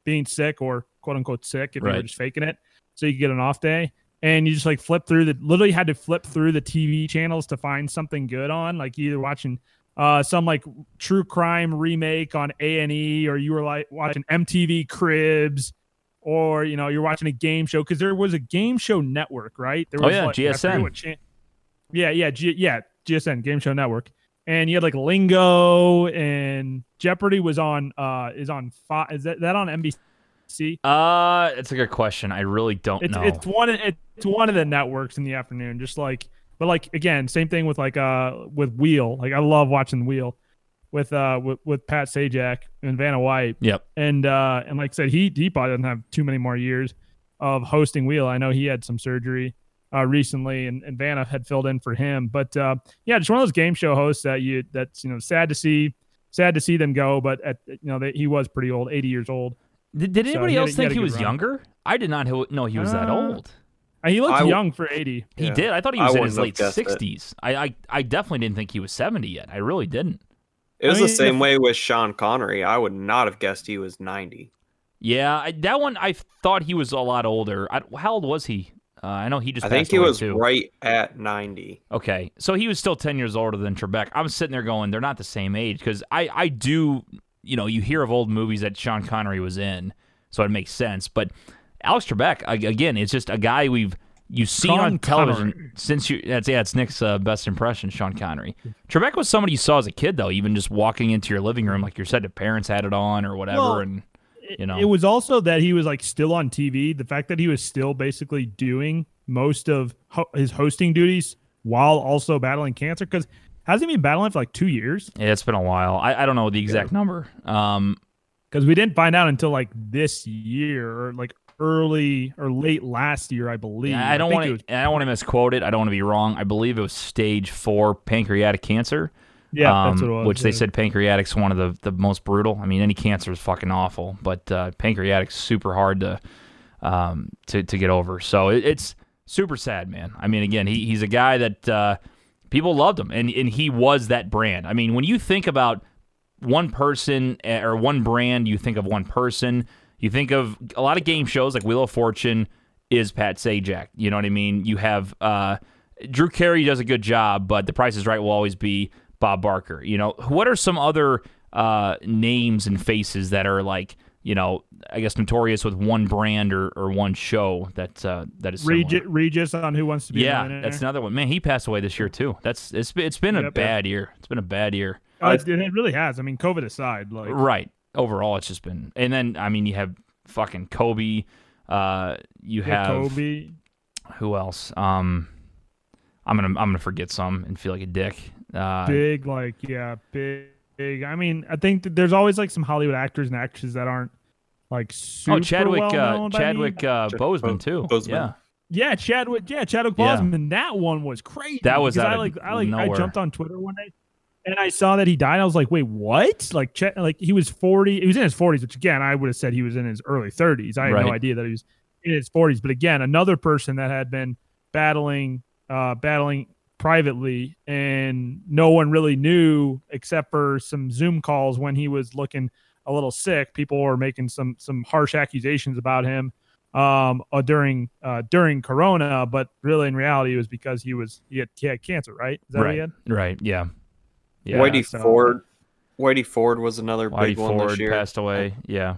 Speaker 5: being sick or quote unquote sick, if you were
Speaker 4: Right.
Speaker 5: just faking it, so you could get an off day. And you just like flip through the literally had to flip through the TV channels to find something good on, like either watching uh, some like true crime remake on A and E, or you were like watching MTV Cribs, or you know you're watching a game show because there was a game show network, right? There
Speaker 4: Oh,
Speaker 5: was,
Speaker 4: yeah,
Speaker 5: like, I forget
Speaker 4: GSN.
Speaker 5: what chan- yeah, yeah, G- yeah, GSN Game Show Network, and you had like Lingo and Jeopardy was on uh is on Fo- is that, that on NBC?
Speaker 4: Uh, it's a good question. I really don't
Speaker 5: it's
Speaker 4: know.
Speaker 5: it's one of- it's one of the networks in the afternoon just like but like again same thing with like uh with wheel like i love watching wheel with uh with, with pat sajak and vanna white
Speaker 4: yep.
Speaker 5: and uh and like i said he he probably doesn't have too many more years of hosting wheel i know he had some surgery uh recently and, and vanna had filled in for him but uh yeah just one of those game show hosts that you that's you know sad to see sad to see them go but at you know they, he was pretty old 80 years old
Speaker 4: Did, did
Speaker 5: So
Speaker 4: anybody
Speaker 5: he had a-
Speaker 4: else
Speaker 5: he
Speaker 4: think
Speaker 5: had a
Speaker 4: he
Speaker 5: good
Speaker 4: was
Speaker 5: run.
Speaker 4: younger? I did not ho- know he was that
Speaker 5: Uh,
Speaker 4: old.
Speaker 5: and he
Speaker 7: I
Speaker 5: looked
Speaker 7: w-
Speaker 5: young for 80
Speaker 4: He
Speaker 7: yeah.
Speaker 4: did. I thought he
Speaker 7: I
Speaker 4: was in
Speaker 7: wouldn't
Speaker 4: his
Speaker 7: have
Speaker 4: late
Speaker 7: guessed it.
Speaker 4: 60s. I, I I definitely didn't think he was 70 yet. I really didn't.
Speaker 7: It was
Speaker 5: I mean,
Speaker 7: the same way with Sean Connery. I would not have guessed he was 90.
Speaker 4: Yeah, I, that one I thought he was a lot older. I, how old was he? Uh, I know he just.
Speaker 7: I think
Speaker 4: passed
Speaker 7: he
Speaker 4: away,
Speaker 7: was
Speaker 4: too.
Speaker 7: right at 90.
Speaker 4: Okay, so he was still ten years older than Trebek. I'm sitting there going, they're not the same age because I I do you know you hear of old movies that Sean Connery was in, so it makes sense. But Alex Trebek a- again, it's just a guy we've you see
Speaker 5: Sean
Speaker 4: on television
Speaker 5: Connery.
Speaker 4: since you that's yeah it's Nick's uh, best impression Sean Connery. Trebek was somebody you saw as a kid though, even just walking into your living room like you said, the parents had it on or whatever,
Speaker 5: Well,
Speaker 4: and you know
Speaker 5: it was also that he was like still on TV. The fact that he was still basically doing most of ho- his hosting duties while also battling cancer because hasn't he been battling for like two years?
Speaker 4: yeah, it's been a while. I, I don't know the exact number. Um,
Speaker 5: Because we didn't find out until like this year, or like early or late last year, I believe.
Speaker 4: I don't
Speaker 5: think
Speaker 4: want
Speaker 5: it
Speaker 4: to.
Speaker 5: was-
Speaker 4: I don't want to misquote it. I don't want to be wrong. I believe it was stage four pancreatic cancer.
Speaker 5: Yeah, that's
Speaker 4: um,
Speaker 5: what it was.
Speaker 4: Which they
Speaker 5: yeah.
Speaker 4: said pancreatic's one of the the most brutal. I mean, any cancer is fucking awful, but uh, pancreatic's super hard to um to to get over. So it, it's super sad, man. I mean, again, he he's a guy that uh, people loved him, and and he was that brand. I mean, when you think about one person eh, or one brand, you think of one person. You think of a lot of game shows like Wheel of Fortune is Pat Sajak. You know what I mean? You have uh, Drew Carey does a good job, but The Price is Right will always be Bob Barker. You know, what are some other uh, names and faces that are like you know, I guess notorious with one brand or, or one show that uh, that is similar?
Speaker 5: Regis, Regis on Who Wants to Be a
Speaker 4: Yeah,
Speaker 5: Millionaire.
Speaker 4: that's another one. Man, he passed away this year too. That's it's been- it's been a
Speaker 5: Yep.
Speaker 4: bad year. It's been a bad year.
Speaker 5: Oh, it, it really has. I mean, COVID aside, like
Speaker 4: Right. Overall, it's just been. And then I mean, you have fucking Kobe. Uh, you
Speaker 5: yeah,
Speaker 4: have
Speaker 5: Kobe.
Speaker 4: who else? Um, I'm gonna I'm gonna forget some and feel like a dick. Uh,
Speaker 5: big like yeah big, big i mean i think that there's always like some hollywood actors and actresses that aren't like super
Speaker 4: oh, Chadwick
Speaker 5: well
Speaker 4: uh,
Speaker 5: known by me.
Speaker 4: Chadwick uh, Boseman too.
Speaker 7: Boseman.
Speaker 4: Yeah.
Speaker 5: yeah chadwick yeah chadwick
Speaker 4: Yeah.
Speaker 5: Boseman. that one was crazy
Speaker 4: That was
Speaker 5: because
Speaker 4: out
Speaker 5: i
Speaker 4: of
Speaker 5: like i like i
Speaker 4: nowhere.
Speaker 5: jumped on twitter one day and i saw that he died i was like wait what like Chad, like he was 40 he was in his 40s which again i would have said he was in his early 30s i had no
Speaker 4: Right.
Speaker 5: idea that he was in his 40s but again another person that had been battling uh battling privately and no one really knew except for some zoom calls when he was looking a little sick people were making some some harsh accusations about him um uh, during uh during corona but really in reality it was because he was he had, he had cancer right is that what he
Speaker 4: Right.
Speaker 5: had
Speaker 4: Right. Yeah. Yeah.
Speaker 7: Whitey
Speaker 5: so-
Speaker 7: Ford. Whitey Ford was another
Speaker 4: Whitey
Speaker 7: big one this
Speaker 4: Ford
Speaker 7: year.
Speaker 4: passed away. Yeah.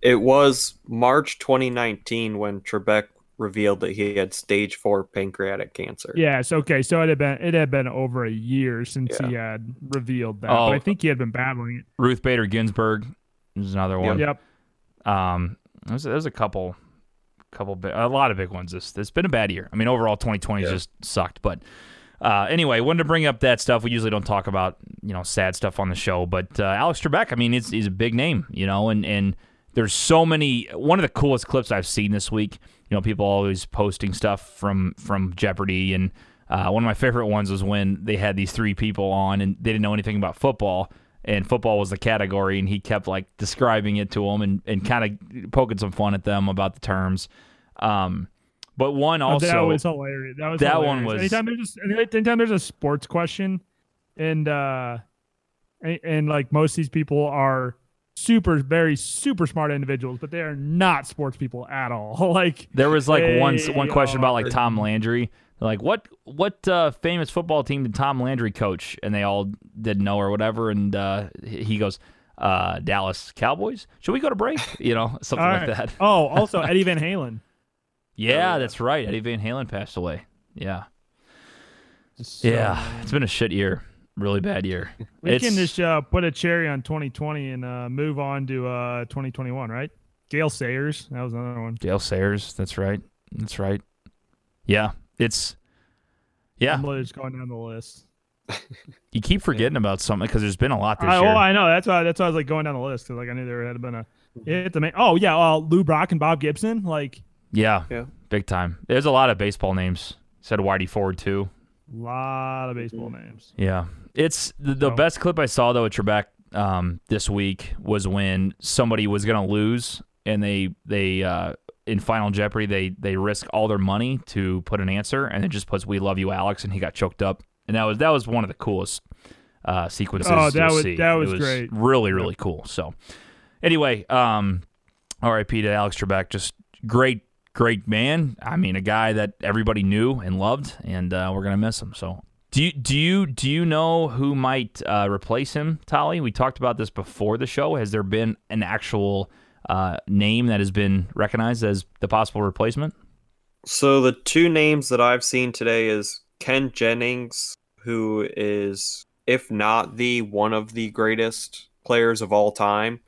Speaker 7: It was March 2019 when Trebek revealed that he had stage four pancreatic cancer.
Speaker 5: yeah so okay so it had been it had been over a year since he had revealed that but
Speaker 4: Oh.
Speaker 5: i think he had been battling it
Speaker 4: Ruth Bader Ginsburg is another one.
Speaker 5: yep
Speaker 4: Um, there's, there's a couple, couple, bi- a lot of big ones. This it's been a bad year. I mean, overall, 2020 just sucked. But uh, anyway, wanted to bring up that stuff. We usually don't talk about you know sad stuff on the show, but uh, Alex Trebek. I mean, it's he's a big name, you know, and and there's so many. One of the coolest clips I've seen this week. You know, people always posting stuff from from Jeopardy and. Uh, one of my favorite ones was when they had these three people on and they didn't know anything about football and football was the category and he kept like describing it to them and, and kind of poking some fun at them about the terms um, but one
Speaker 5: Oh,
Speaker 4: also
Speaker 5: that was hilarious. That was
Speaker 4: that one
Speaker 5: hilarious.
Speaker 4: was-
Speaker 5: anytime there's a, anytime there's a sports question, and uh, and, and like most of these people are super, very super smart individuals, but they are not sports people at all. like
Speaker 4: There was like one
Speaker 5: They
Speaker 4: one question about like
Speaker 5: are-
Speaker 4: Tom Landry like what what uh, famous football team did Tom Landry coach? And they all didn't know or whatever. And uh, he goes, uh, Dallas Cowboys. Should we go to break? You know, something
Speaker 5: All
Speaker 4: like
Speaker 5: right.
Speaker 4: that.
Speaker 5: Oh, also Eddie Van Halen.
Speaker 4: Yeah, that's right. Eddie Van Halen passed away. Yeah,
Speaker 5: Just, uh,
Speaker 4: yeah. It's been a shit year, really bad year.
Speaker 5: We
Speaker 4: It's-
Speaker 5: can just uh, put a cherry on 2020 and uh, move on to uh, 2021, right? Gail Sayers, that was another one.
Speaker 4: Dale Sayers. That's right. That's right. Yeah, it's yeah.
Speaker 5: I'm literally just going down the list.
Speaker 4: You keep forgetting about something because there's been a lot this
Speaker 5: I,
Speaker 4: year.
Speaker 5: well, I know that's why that's why I was like going down the list because like I knew there had been a
Speaker 4: Mm-hmm.
Speaker 5: hit the main. Oh yeah, uh, Lou Brock and Bob Gibson, like
Speaker 4: yeah,
Speaker 7: Yeah.
Speaker 4: big time. There's a lot of baseball names. Said Whitey Ford too.
Speaker 5: a lot of
Speaker 4: Mm-hmm.
Speaker 5: baseball names.
Speaker 4: Yeah, it's the, the
Speaker 5: So-
Speaker 4: best clip I saw though at Trebek um, this week was when somebody was gonna lose and they they uh, in Final Jeopardy they they risk all their money to put an answer and it just puts "We love you, Alex" and he got choked up and that was that was one of the coolest uh, sequences.
Speaker 5: Oh, that
Speaker 4: you'll
Speaker 5: was-
Speaker 4: see.
Speaker 5: that
Speaker 4: It
Speaker 5: was great.
Speaker 4: Really, really cool. So anyway, um, R.I.P. to Alex Trebek. Just great, great man. I mean, a guy that everybody knew and loved, and uh, we're gonna miss him. So, do you do you do you know who might uh, replace him, Tolly? We talked about this before the show. Has there been an actual uh, name that has been recognized as the possible replacement?
Speaker 7: So the two names that I've seen today is Ken Jennings, who is, if not the one of the greatest players of all time.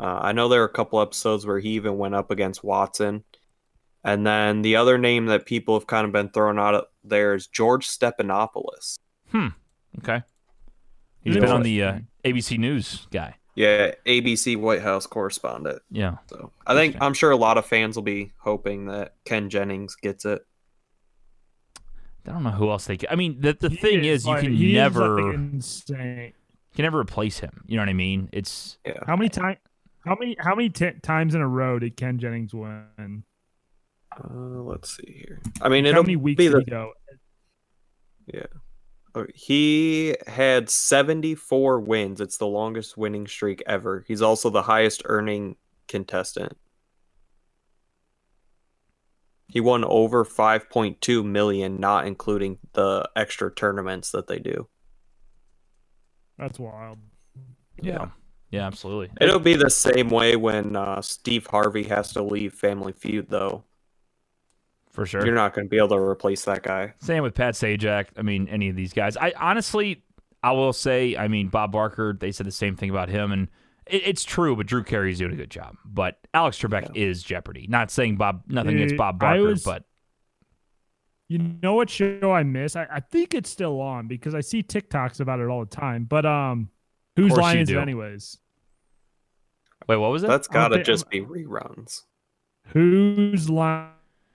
Speaker 7: Uh, I know there are a couple episodes where he even went up against Watson. And then the other name that people have kind of been throwing out there is George Stephanopoulos.
Speaker 4: Okay, he's
Speaker 5: You
Speaker 4: been
Speaker 5: know
Speaker 4: on
Speaker 5: what?
Speaker 4: the uh, ABC News guy.
Speaker 7: Yeah, ABC White House correspondent.
Speaker 4: Yeah,
Speaker 7: So I think
Speaker 4: Okay.
Speaker 7: I'm sure a lot of fans will be hoping that Ken Jennings gets it.
Speaker 4: I don't know who else they. Can. I mean, the the
Speaker 5: He
Speaker 4: thing is,
Speaker 5: like-
Speaker 4: you
Speaker 5: he
Speaker 4: can never
Speaker 5: like, insane.
Speaker 4: you can never replace him. You know what I mean? It's
Speaker 5: How many time? How many how many t- times in a row did Ken Jennings win?
Speaker 7: Uh, let's see here. I mean,
Speaker 5: how
Speaker 7: it'll
Speaker 5: many weeks
Speaker 7: be
Speaker 5: did
Speaker 7: the
Speaker 5: he go?
Speaker 7: Uh, He had 74 wins. It's the longest winning streak ever. He's also the highest earning contestant. He won over 5.2 million, not including the extra tournaments that they do.
Speaker 5: That's wild.
Speaker 4: yeah, yeah absolutely.
Speaker 7: It'll be the same way when uh, Steve Harvey has to leave Family Feud, though.
Speaker 4: For sure.
Speaker 7: You're not going to be able to replace that guy.
Speaker 4: Same with Pat Sajak. I mean, any of these guys. I honestly, I will say, I mean, Bob Barker. They said the same thing about him, and it, it's true. But Drew Carey's doing a good job. But Alex Trebek is Jeopardy. Not saying Bob nothing against
Speaker 5: Dude,
Speaker 4: Bob
Speaker 5: I
Speaker 4: Barker,
Speaker 5: was-
Speaker 4: but
Speaker 5: You know what show I miss? I, I think it's still on because I see TikToks about it all the time. But um, whose
Speaker 4: course you
Speaker 5: line is it
Speaker 4: do.
Speaker 5: anyways?
Speaker 4: wait, what was it?
Speaker 7: That's got to
Speaker 5: thi-
Speaker 7: just be reruns.
Speaker 5: Whose line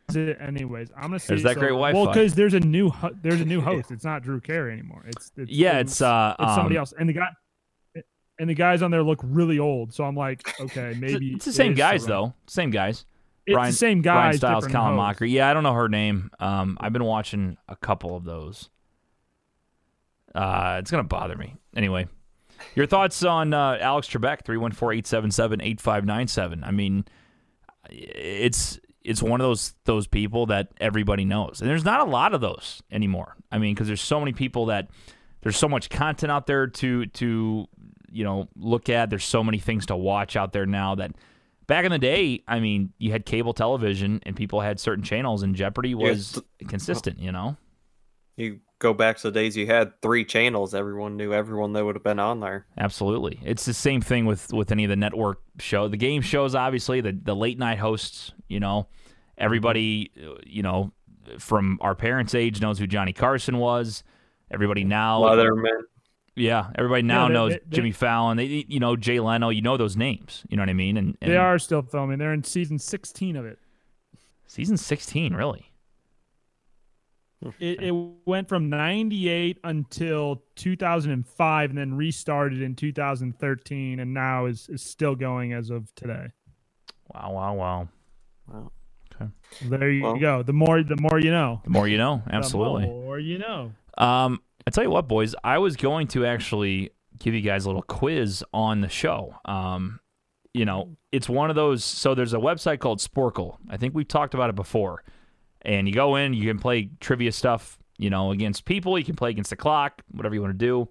Speaker 5: is it anyways? I'm gonna see.
Speaker 4: There's that
Speaker 5: so-
Speaker 4: great
Speaker 5: Well,
Speaker 4: Wi-Fi.
Speaker 5: because there's a new ho- there's a new host. It's not Drew Carey anymore. It's, it's
Speaker 4: yeah, it's uh,
Speaker 5: it's somebody
Speaker 4: um,
Speaker 5: else. And the guy and the guys on there look really old. So I'm like, okay,
Speaker 4: it's-
Speaker 5: maybe
Speaker 4: It's the
Speaker 5: it
Speaker 4: same
Speaker 5: is
Speaker 4: guys
Speaker 5: still
Speaker 4: though. Same guys.
Speaker 5: It's
Speaker 4: Ryan-
Speaker 5: the same guys.
Speaker 4: Brian Styles,
Speaker 5: different
Speaker 4: Colin
Speaker 5: hosts.
Speaker 4: Mockery. Yeah, I don't know her name. Um, I've been watching a couple of those. Uh, it's gonna bother me anyway. Your thoughts on uh, Alex Trebek? 314-877-8597. I mean, it's it's one of those those people that everybody knows, and there's not a lot of those anymore. I mean, because there's so many people that there's so much content out there to to you know look at. There's so many things to watch out there now that back in the day, I mean, you had cable television and people had certain channels, and Jeopardy was consistent. You know,
Speaker 7: You go back to the days you had three channels, everyone knew everyone that would have been on there.
Speaker 4: absolutely. It's the same thing with with any of the network show, the game shows, obviously the the late night hosts. You know, everybody, uh, you know, from our parents' age knows who Johnny Carson was. Everybody now,
Speaker 7: Leatherman.
Speaker 4: yeah, everybody now
Speaker 5: Yeah, they-
Speaker 4: knows
Speaker 5: they- they-
Speaker 4: Jimmy Fallon. They, you know, Jay Leno. You know those names. You know what I mean? And, and
Speaker 5: They are still filming. They're in season 16 of it.
Speaker 4: season sixteen, really.
Speaker 5: It, it went from 98 until 2005 and then restarted in 2013 and now is, is still going as of today.
Speaker 4: Wow, wow, wow.
Speaker 5: There you
Speaker 7: Well-
Speaker 5: go. The more the more you know.
Speaker 4: The more you know, absolutely.
Speaker 5: The more you know.
Speaker 4: Um, I tell you what, boys, I was going to actually give you guys a little quiz on the show. Um, you know, it's one of those. So there's a website called Sporkle. I think we've talked about it before, and you go in, you can play trivia stuff, you know, against people. You can play against the clock, whatever you want to do.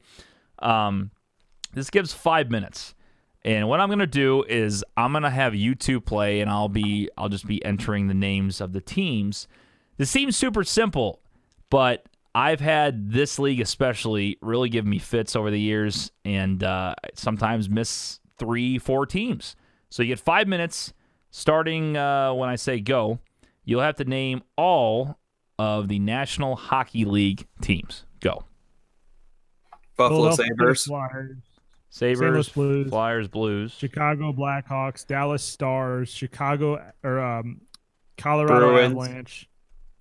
Speaker 4: Um, this gives five minutes, and what I'm gonna do is I'm gonna have you two play, and I'll be I'll just be entering the names of the teams. This seems super simple, but I've had this league especially really give me fits over the years, and uh, sometimes miss three, four teams. So you get five minutes starting uh, when I say go. You'll have to name all of the National Hockey League teams. Go.
Speaker 7: Buffalo
Speaker 5: Philadelphia
Speaker 7: Sabres,
Speaker 5: Flyers, St.
Speaker 4: Sabres,
Speaker 5: Louis Blues.
Speaker 4: Flyers, Blues,
Speaker 5: Chicago Blackhawks, Dallas Stars, Chicago or um, Colorado
Speaker 7: Bruins.
Speaker 5: Avalanche,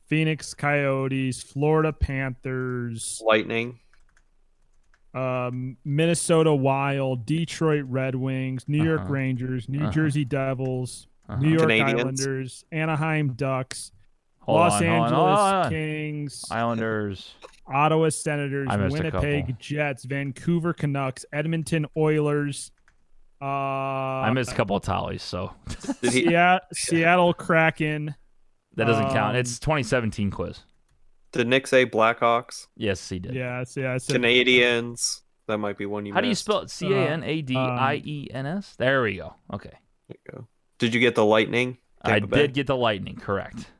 Speaker 5: Phoenix Coyotes, Florida Panthers,
Speaker 7: Lightning,
Speaker 5: um, Minnesota Wild, Detroit Red Wings, New York
Speaker 4: Uh-huh.
Speaker 5: Rangers, New
Speaker 4: Uh-huh.
Speaker 5: Jersey Devils,
Speaker 4: Uh-huh.
Speaker 5: New York
Speaker 7: Canadians.
Speaker 5: Islanders, Anaheim Ducks,
Speaker 4: Hold on,
Speaker 5: Los
Speaker 4: hold on, Oh,
Speaker 5: Angeles
Speaker 4: hold on.
Speaker 5: Kings,
Speaker 4: Islanders.
Speaker 5: Ottawa Senators,
Speaker 4: I missed a couple.
Speaker 5: Winnipeg Jets, Vancouver Canucks, Edmonton Oilers. Uh,
Speaker 4: I missed a couple of tallies, so
Speaker 7: Did he,
Speaker 5: Seattle, Seattle Kraken.
Speaker 4: that doesn't count.
Speaker 5: Um,
Speaker 4: It's 2017 quiz.
Speaker 7: did Nick say Blackhawks?
Speaker 4: Yes, he did.
Speaker 5: Yeah, it's- yeah. it's-
Speaker 7: Canadians. That might be one you.
Speaker 4: How do you
Speaker 7: missed.
Speaker 4: spell it? C A N A D I E N S?
Speaker 5: Uh, um,
Speaker 4: There we go. Okay.
Speaker 7: There you go. Did you get the Lightning?
Speaker 4: I
Speaker 7: Tampa Bay?
Speaker 4: did get the Lightning correct.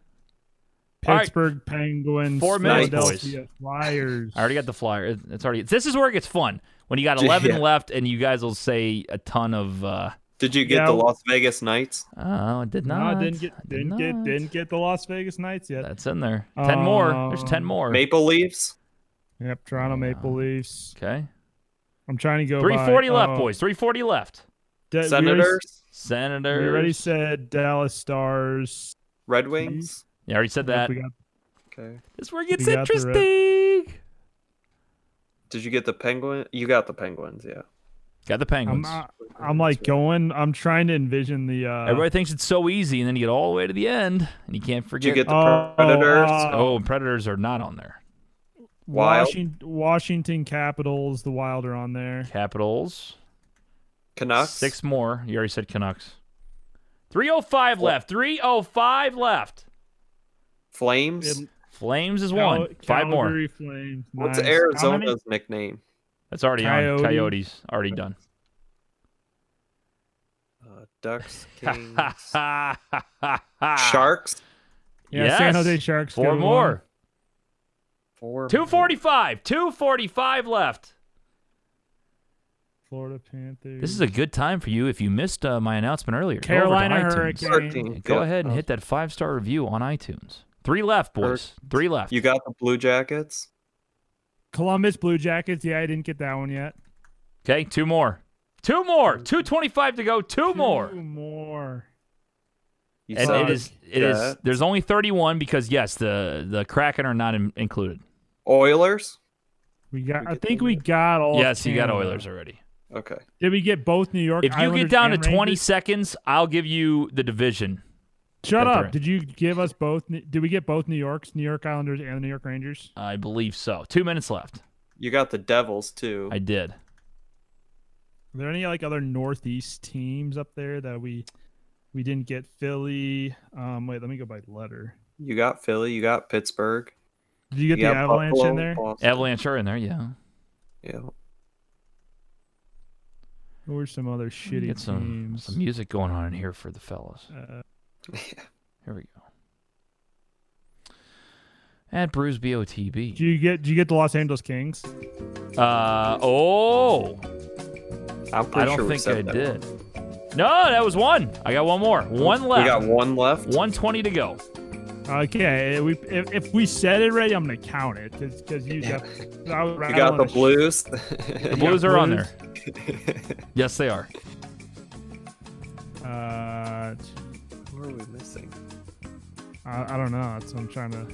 Speaker 4: All right.
Speaker 5: Pittsburgh Penguins.
Speaker 4: Four minutes, boys.
Speaker 5: Philadelphia Flyers.
Speaker 4: I already got the flyer. It- It's already. This is where it gets fun when you got 11
Speaker 7: Yeah.
Speaker 4: left and you guys will say a ton of. uh
Speaker 7: Did you get
Speaker 5: Yeah.
Speaker 7: the Las Vegas Knights?
Speaker 4: Oh, it did
Speaker 5: No,
Speaker 4: not.
Speaker 5: I didn't get,
Speaker 4: I did
Speaker 5: didn't get,
Speaker 4: not.
Speaker 5: didn't get the Las Vegas Knights yet.
Speaker 4: That's in there. Ten more. There's ten
Speaker 5: Um,
Speaker 4: more.
Speaker 7: Maple Leafs.
Speaker 5: Yep, Toronto Maple Leafs.
Speaker 4: Okay.
Speaker 5: I'm trying to go. by-
Speaker 4: 340 left,
Speaker 5: oh,
Speaker 4: boys. 340 left.
Speaker 5: De- we already-
Speaker 7: Senators.
Speaker 5: We
Speaker 4: Senators.
Speaker 5: already, said Dallas Stars.
Speaker 4: Mm-hmm.
Speaker 7: Red Wings.
Speaker 4: Yeah, I already said
Speaker 5: Yep,
Speaker 4: that.
Speaker 5: we got-
Speaker 7: Okay.
Speaker 4: This is where it gets
Speaker 5: we got the red.
Speaker 4: interesting.
Speaker 7: Did you get the Penguin? You got the Penguins. Yeah.
Speaker 4: Got the
Speaker 5: I'm,
Speaker 4: Penguins.
Speaker 5: not, I'm like going. I'm trying to envision the. Uh,
Speaker 4: Everybody thinks it's so easy, and then you get all the way to the end, and you can't
Speaker 7: Did you
Speaker 4: forget.
Speaker 7: get the
Speaker 5: Oh,
Speaker 7: Predators?
Speaker 5: uh,
Speaker 4: oh, and Predators are not on there.
Speaker 7: Wild.
Speaker 5: Washington, Washington Capitals. The Wild are on there.
Speaker 4: Capitals.
Speaker 7: Canucks.
Speaker 4: Six more. You already said Canucks. 305 left. 305 left.
Speaker 7: Flames.
Speaker 5: It-
Speaker 4: Flames is
Speaker 5: Cal-
Speaker 4: one. Five more.
Speaker 5: Calgary Flames. nice.
Speaker 7: What's
Speaker 5: How many-
Speaker 7: Arizona's nickname?
Speaker 4: That's already
Speaker 5: Coyotes.
Speaker 4: on. Coyotes. Already done.
Speaker 7: Uh, Ducks. Kings.
Speaker 4: Sharp.
Speaker 7: Sharks.
Speaker 5: Yeah, San
Speaker 4: Yes.
Speaker 5: Jose Sharks.
Speaker 4: Four
Speaker 5: good
Speaker 4: more.
Speaker 7: Four.
Speaker 4: 245. 245 left.
Speaker 5: one. Florida Panthers.
Speaker 4: This is a good time for you if you missed uh, my announcement earlier. Go over to
Speaker 5: Carolina
Speaker 4: iTunes.
Speaker 5: Hurricanes.
Speaker 7: Thirteen.
Speaker 4: Go
Speaker 7: Yeah.
Speaker 4: ahead and hit that five star review on iTunes. Three left, boys. Three left.
Speaker 7: You got the Blue Jackets.
Speaker 5: Columbus Blue Jackets. Yeah, I didn't get that one yet.
Speaker 4: Okay, two more. Two more. 225 to go. Two more.
Speaker 5: Two more.
Speaker 7: You
Speaker 4: and
Speaker 7: suck.
Speaker 4: it is it is
Speaker 7: Yeah.
Speaker 4: there's only 31 because yes the the kraken are not in, included
Speaker 7: Oilers.
Speaker 5: We got.
Speaker 7: We
Speaker 5: I
Speaker 7: get
Speaker 5: think
Speaker 7: the
Speaker 5: we got all. of
Speaker 4: yes you got
Speaker 5: Canada.
Speaker 4: oilers already
Speaker 7: Okay.
Speaker 5: Did we get both New York?
Speaker 4: if you
Speaker 5: Islanders
Speaker 4: get down to
Speaker 5: and
Speaker 4: 20
Speaker 5: Rangers?
Speaker 4: seconds i'll give you the division
Speaker 5: shut
Speaker 4: That's
Speaker 5: up.
Speaker 4: right.
Speaker 5: Did you give us both? Did we get both New York's, New York Islanders, and the New York Rangers?
Speaker 4: i believe so two minutes left
Speaker 7: You got the Devils too.
Speaker 4: i did
Speaker 5: Are there any like other Northeast teams up there that we we didn't get? Philly. Um, wait, let me go by letter.
Speaker 7: You got Philly. You got Pittsburgh.
Speaker 5: Did you get
Speaker 7: you
Speaker 5: the
Speaker 7: got
Speaker 5: Avalanche
Speaker 7: Buffalo,
Speaker 5: in there?
Speaker 7: Boston.
Speaker 4: avalanche are in there yeah
Speaker 7: Yeah.
Speaker 5: What were some other
Speaker 4: Let me
Speaker 5: shitty
Speaker 4: get some
Speaker 5: teams?
Speaker 4: some music going on in here for the fellas
Speaker 5: Uh,
Speaker 4: here we go at Bruce
Speaker 5: do
Speaker 4: BOTB.
Speaker 5: you get? Do you get the Los Angeles Kings?
Speaker 4: Uh oh,
Speaker 7: I'm pretty
Speaker 4: I don't
Speaker 7: sure we
Speaker 4: think
Speaker 7: said
Speaker 4: I
Speaker 7: that.
Speaker 4: did. No, that was one. I got one more. One
Speaker 7: We
Speaker 4: left.
Speaker 7: got one left.
Speaker 4: 120 to go.
Speaker 5: Okay, we if, if we said it right, I'm gonna count it because you got. I was right,
Speaker 7: You
Speaker 5: I
Speaker 7: got the
Speaker 5: wanna sh-
Speaker 7: Blues.
Speaker 4: The Blues are on
Speaker 5: Blues.
Speaker 4: there. yes, they are.
Speaker 5: Uh,
Speaker 7: What are we missing?
Speaker 5: I, I don't know. That's what I'm trying to.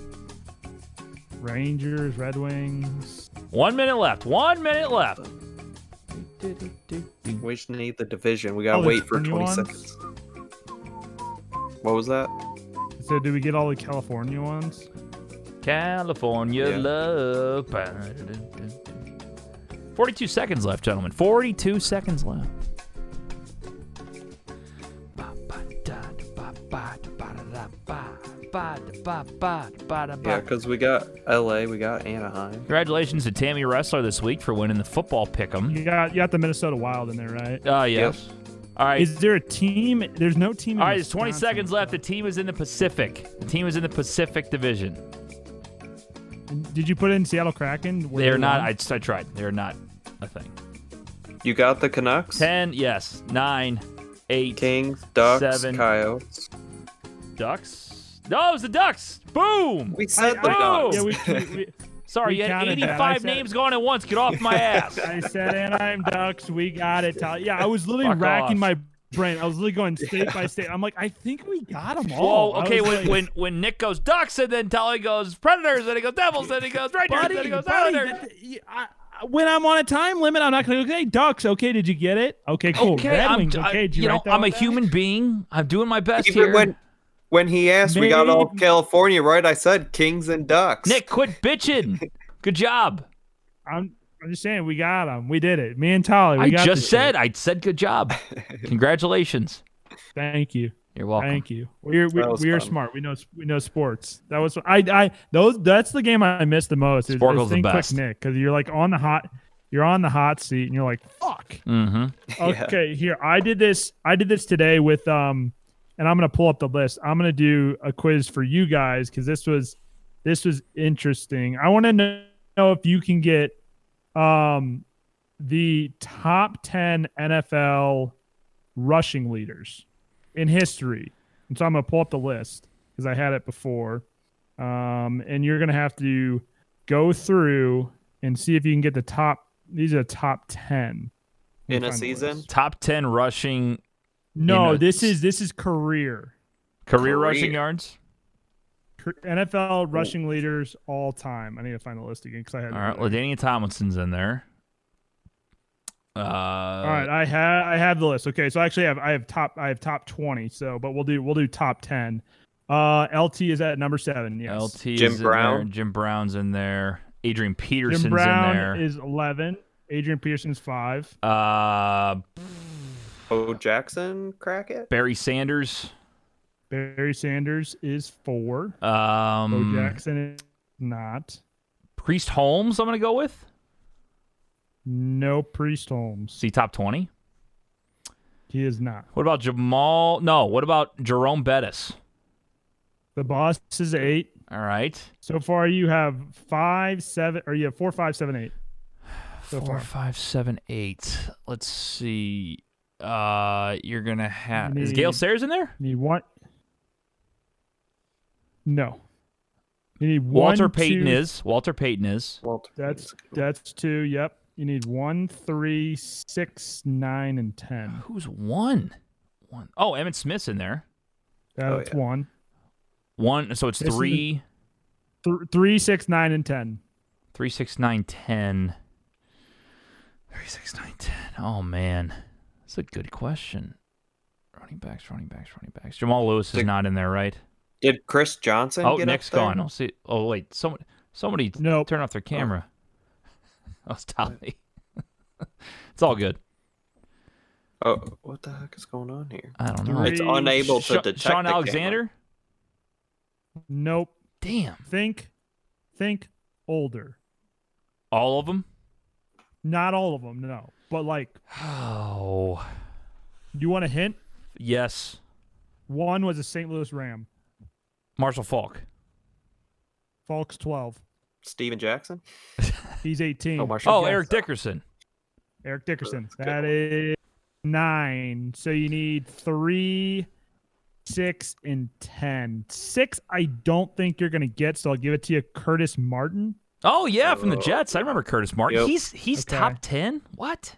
Speaker 5: Rangers, Red Wings.
Speaker 4: One minute left. One minute left.
Speaker 7: We just need the division. We gotta
Speaker 5: Oh, the
Speaker 7: wait for 20
Speaker 5: California
Speaker 7: seconds. What was that?
Speaker 5: So, do we get all the California ones?
Speaker 4: California
Speaker 7: Yeah.
Speaker 4: love. 42 seconds left, gentlemen. 42 seconds left. ba da ba ba da ba da
Speaker 7: Yeah,
Speaker 4: ba.
Speaker 7: because we got LA, we got Anaheim.
Speaker 4: Congratulations to Tammy Wrestler this week for winning the football pick'em.
Speaker 5: You got you got the Minnesota Wild in there, right?
Speaker 4: Ah, yes. All right.
Speaker 5: Is there a team? There's no team.
Speaker 4: All right, there's 20 seconds left. The team is in the Pacific. The team is in the Pacific Division.
Speaker 5: left. Did you put in Seattle Kraken? Were
Speaker 4: They are
Speaker 5: they
Speaker 4: not.
Speaker 5: wrong?
Speaker 4: I, I tried. They are not a thing.
Speaker 7: You got the Canucks,
Speaker 4: 10, yes. 9, 8,
Speaker 7: Kings, Ducks,
Speaker 4: Seven.
Speaker 7: Coyotes.
Speaker 4: Ducks. No, it was the Ducks. Boom.
Speaker 7: We said the
Speaker 4: I- oh!
Speaker 7: Ducks.
Speaker 5: yeah, we, we, we,
Speaker 4: Sorry,
Speaker 5: we
Speaker 4: you had
Speaker 5: counted that.
Speaker 4: 85
Speaker 5: I said-
Speaker 4: names going at once. Get off my ass.
Speaker 5: I said Anaheim Ducks. We got it. Tyler. Yeah, I was literally
Speaker 4: Fuck
Speaker 5: racking
Speaker 4: off.
Speaker 5: my brain. I was literally going state by state. I'm like, I think we got them all.
Speaker 4: Whoa, okay,
Speaker 5: I was
Speaker 4: when,
Speaker 5: like,
Speaker 4: when when Nick goes Ducks and then Tully goes Predators, then he goes Devils, then he goes Rangers,
Speaker 5: buddy,
Speaker 4: then he goes "Oh,
Speaker 5: buddy,
Speaker 4: Islanders.
Speaker 5: that- you- I- I- when I'm on a time limit, I'm not going to okay Ducks. Okay, did you get it? Okay, cool.
Speaker 4: Okay,
Speaker 5: oh, Red
Speaker 4: I'm,
Speaker 5: Wings.
Speaker 4: I-
Speaker 5: Okay, did you,
Speaker 4: you know,
Speaker 5: write that
Speaker 4: I'm a
Speaker 5: one down?
Speaker 4: human being. I'm doing my best
Speaker 7: Even
Speaker 4: here.
Speaker 7: when when he asked, we got all of
Speaker 5: Maybe-
Speaker 7: California right. I said Kings and Ducks.
Speaker 4: Nick, quit bitching. Good job.
Speaker 5: I'm, I'm just saying we got them. We did it. Me and Tolly. We
Speaker 4: I
Speaker 5: got
Speaker 4: just
Speaker 5: this
Speaker 4: said. I said good job. Congratulations.
Speaker 5: shit. Thank you.
Speaker 4: You're welcome.
Speaker 5: Thank you. We're we,
Speaker 7: That was
Speaker 5: we are
Speaker 7: fun.
Speaker 5: smart. We know we know sports. That was I I those that's the game I miss the most. Is, is
Speaker 4: Sporkle's the
Speaker 5: Think Quick
Speaker 4: best.
Speaker 5: Nick, because you're like on the hot, you're on the hot seat, and you're like, fuck.
Speaker 4: Mm-hmm.
Speaker 7: Yeah.
Speaker 5: Okay, here I did this. I did this today with um, and I'm gonna pull up the list. I'm gonna do a quiz for you guys because this was this was interesting. I want to know know if you can get um the top ten NFL rushing leaders in history. And so I'm gonna pull up the list because I had it before. Um, and you're gonna have to go through and see if you can get the top. These are the top ten
Speaker 7: In a
Speaker 5: Find the
Speaker 7: season?
Speaker 5: list.
Speaker 4: Top ten rushing
Speaker 5: No,
Speaker 4: a-
Speaker 5: this is this is career
Speaker 4: career,
Speaker 7: Career.
Speaker 4: rushing yards.
Speaker 5: Cur- NFL rushing leaders all time. I need to find the list again because I had. it
Speaker 4: Oh. All right,
Speaker 5: earlier.
Speaker 4: Ladanian Tomlinson's in there. Uh,
Speaker 5: all right, I have I have the list. Okay, so I actually have I have top I have top twenty. So, but we'll do we'll do top ten. Uh, LT is at number seven. Yes,
Speaker 4: LT
Speaker 7: Jim
Speaker 4: is in
Speaker 7: Brown.
Speaker 4: there. Jim Brown's in there. Adrian Peterson's in
Speaker 5: Jim Brown
Speaker 4: there.
Speaker 5: is eleven. Adrian Peterson's five.
Speaker 4: uh,
Speaker 7: Bo Jackson, Crackett.
Speaker 4: Barry Sanders.
Speaker 5: Barry Sanders is four. Bo
Speaker 4: Um,
Speaker 5: Jackson is not.
Speaker 4: Priest Holmes. I'm gonna go with.
Speaker 5: No Priest Holmes.
Speaker 4: See top twenty.
Speaker 5: He is not.
Speaker 4: What about Jamal? No. What about Jerome Bettis?
Speaker 5: The boss is eight.
Speaker 4: All right.
Speaker 5: So far, you have five, seven, or you have four, five, seven, eight. So
Speaker 4: Four,
Speaker 5: far,
Speaker 4: five, seven, eight. Let's see. Uh, you're gonna have. Is Gail
Speaker 5: Need-
Speaker 4: Sayers in there?
Speaker 5: you need one. No, you need
Speaker 4: Walter
Speaker 5: one,
Speaker 4: Payton
Speaker 5: two-
Speaker 4: is. Walter Payton is.
Speaker 7: Walter.
Speaker 5: That's that's two. Yep. You need one, three, six, nine, and ten.
Speaker 4: Who's one? One. Oh, Emmett Smith's in there.
Speaker 7: Oh,
Speaker 5: That's one.
Speaker 4: One. So it's
Speaker 5: This is-
Speaker 4: three,
Speaker 5: Th- three, six, nine, and ten.
Speaker 4: three, six, nine, ten. Three, six, nine, ten. Oh man, that's a good question. Running backs, running backs, running backs. Jamal Lewis is
Speaker 7: Six-
Speaker 4: not in there, right?
Speaker 7: Did Chris Johnson?
Speaker 4: Oh,
Speaker 7: get
Speaker 4: Nick's
Speaker 7: up there?
Speaker 4: gone. I'll see. Oh wait, someone, somebody,
Speaker 5: Nope.
Speaker 4: turn off their camera. Oh, it's Tommy. it's all good.
Speaker 7: Oh, what the heck is going on here?
Speaker 4: I don't know.
Speaker 5: Three.
Speaker 7: It's unable to
Speaker 4: Sha-
Speaker 7: detect.
Speaker 4: Sean
Speaker 7: the camera.
Speaker 4: Alexander.
Speaker 5: Nope.
Speaker 4: Damn,
Speaker 5: Think, think older.
Speaker 4: all of them.
Speaker 5: Not all of them. No, but like
Speaker 4: Oh,
Speaker 5: you want a hint?
Speaker 4: yes.
Speaker 5: One was a St. Louis Ram.
Speaker 4: Marshall Falk.
Speaker 5: Falk's twelve.
Speaker 7: Steven Jackson.
Speaker 5: He's eighteen.
Speaker 7: Oh, Marshall.
Speaker 4: Oh,
Speaker 5: Yes.
Speaker 4: Eric Dickerson.
Speaker 5: Eric Dickerson.
Speaker 7: good
Speaker 5: That is nine. So you need three, six, and ten. Six, I don't think you're gonna get, so I'll give it to you, Curtis Martin.
Speaker 4: Oh yeah, from the
Speaker 7: Oh.
Speaker 4: Jets. I remember Curtis Martin.
Speaker 7: Yep.
Speaker 4: He's he's
Speaker 5: Okay.
Speaker 4: top ten. What?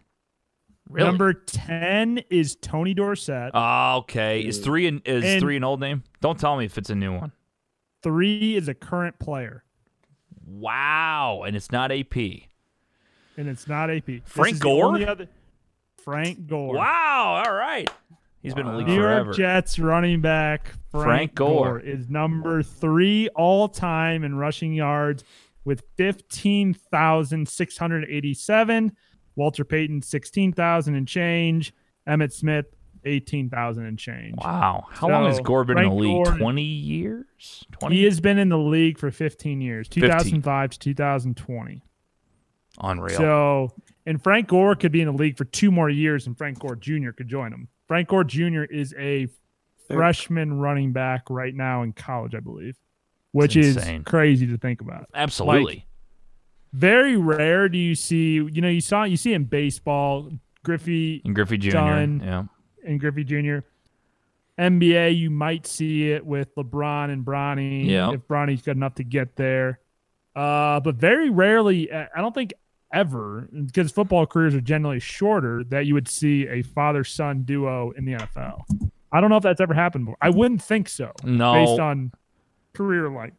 Speaker 4: Really?
Speaker 5: Number ten is Tony Dorsett.
Speaker 4: Oh, okay. Is three an, is
Speaker 5: And-
Speaker 4: three an old name? Don't tell me if it's a new one.
Speaker 5: Three is a current player.
Speaker 4: Wow, and it's not AP.
Speaker 5: And it's not AP. This
Speaker 4: Frank
Speaker 5: is the
Speaker 4: Gore?
Speaker 5: only other- Frank Gore.
Speaker 4: Wow. All right. He's been in the league
Speaker 5: New
Speaker 4: forever.
Speaker 5: York Jets running back Frank,
Speaker 4: Frank Gore.
Speaker 5: is number three all time in rushing yards with 15,687. Walter Payton, 16,000 and change. Emmett Smith eighteen thousand and change.
Speaker 4: Wow. How long has
Speaker 5: So,
Speaker 4: Gore been in the
Speaker 5: Frank
Speaker 4: league?
Speaker 5: Gore-
Speaker 4: 20 years? 20?
Speaker 5: He has been in the league for fifteen years, two
Speaker 4: 15.
Speaker 5: thousand five to two thousand twenty.
Speaker 4: Unreal.
Speaker 5: So, and Frank Gore could be in the league for two more years, and Frank Gore Jr. could join him. Frank Gore Jr. is a freshman running back right now in college, I believe, which is
Speaker 4: insane.
Speaker 5: crazy to think about.
Speaker 4: Absolutely.
Speaker 5: Very rare do you see, you know, you saw you see in baseball, Griffey
Speaker 4: and Griffey Jr.
Speaker 5: Done.
Speaker 4: Yeah.
Speaker 5: and Griffey Jr. NBA, you might see it with LeBron and Bronny.
Speaker 4: Yeah.
Speaker 5: If Bronny's good enough to get there. Uh, but very rarely, I I don't think ever, because football careers are generally shorter, that you would see a father son duo in the NFL. I don't know if that's ever happened before. I wouldn't think so.
Speaker 4: No.
Speaker 5: Based on career life.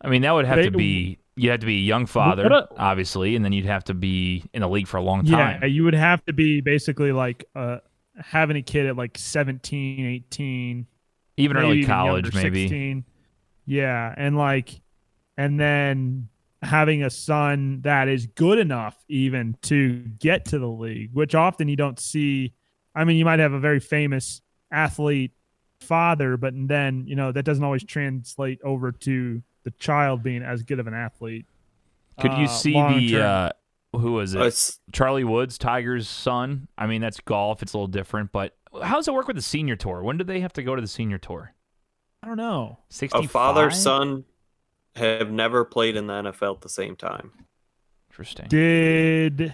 Speaker 4: I mean, that would have
Speaker 5: They-
Speaker 4: to be you have to be a young father,
Speaker 5: What a-
Speaker 4: obviously, and then you'd have to be in the league for a long time.
Speaker 5: Yeah. You would have to be basically like uh, having a kid at like 17, 18.
Speaker 4: even early
Speaker 5: even
Speaker 4: college,
Speaker 5: younger,
Speaker 4: maybe.
Speaker 5: 16. Yeah, and like, and then having a son that is good enough even to get to the league, which often you don't see. I mean, you might have a very famous athlete father, but then you know that doesn't always translate over to the child being as good of an athlete.
Speaker 4: Could you
Speaker 5: uh,
Speaker 4: see
Speaker 5: long
Speaker 4: the
Speaker 5: term.
Speaker 4: uh, who was it?
Speaker 7: It's
Speaker 4: Charlie Woods, Tiger's son. I mean, that's golf. It's a little different, but how does it work with the senior tour? When do they have to go to the senior tour?
Speaker 5: I don't know.
Speaker 4: Sixty.
Speaker 7: a father son have never played in the NFL at the same time.
Speaker 4: Interesting.
Speaker 5: Did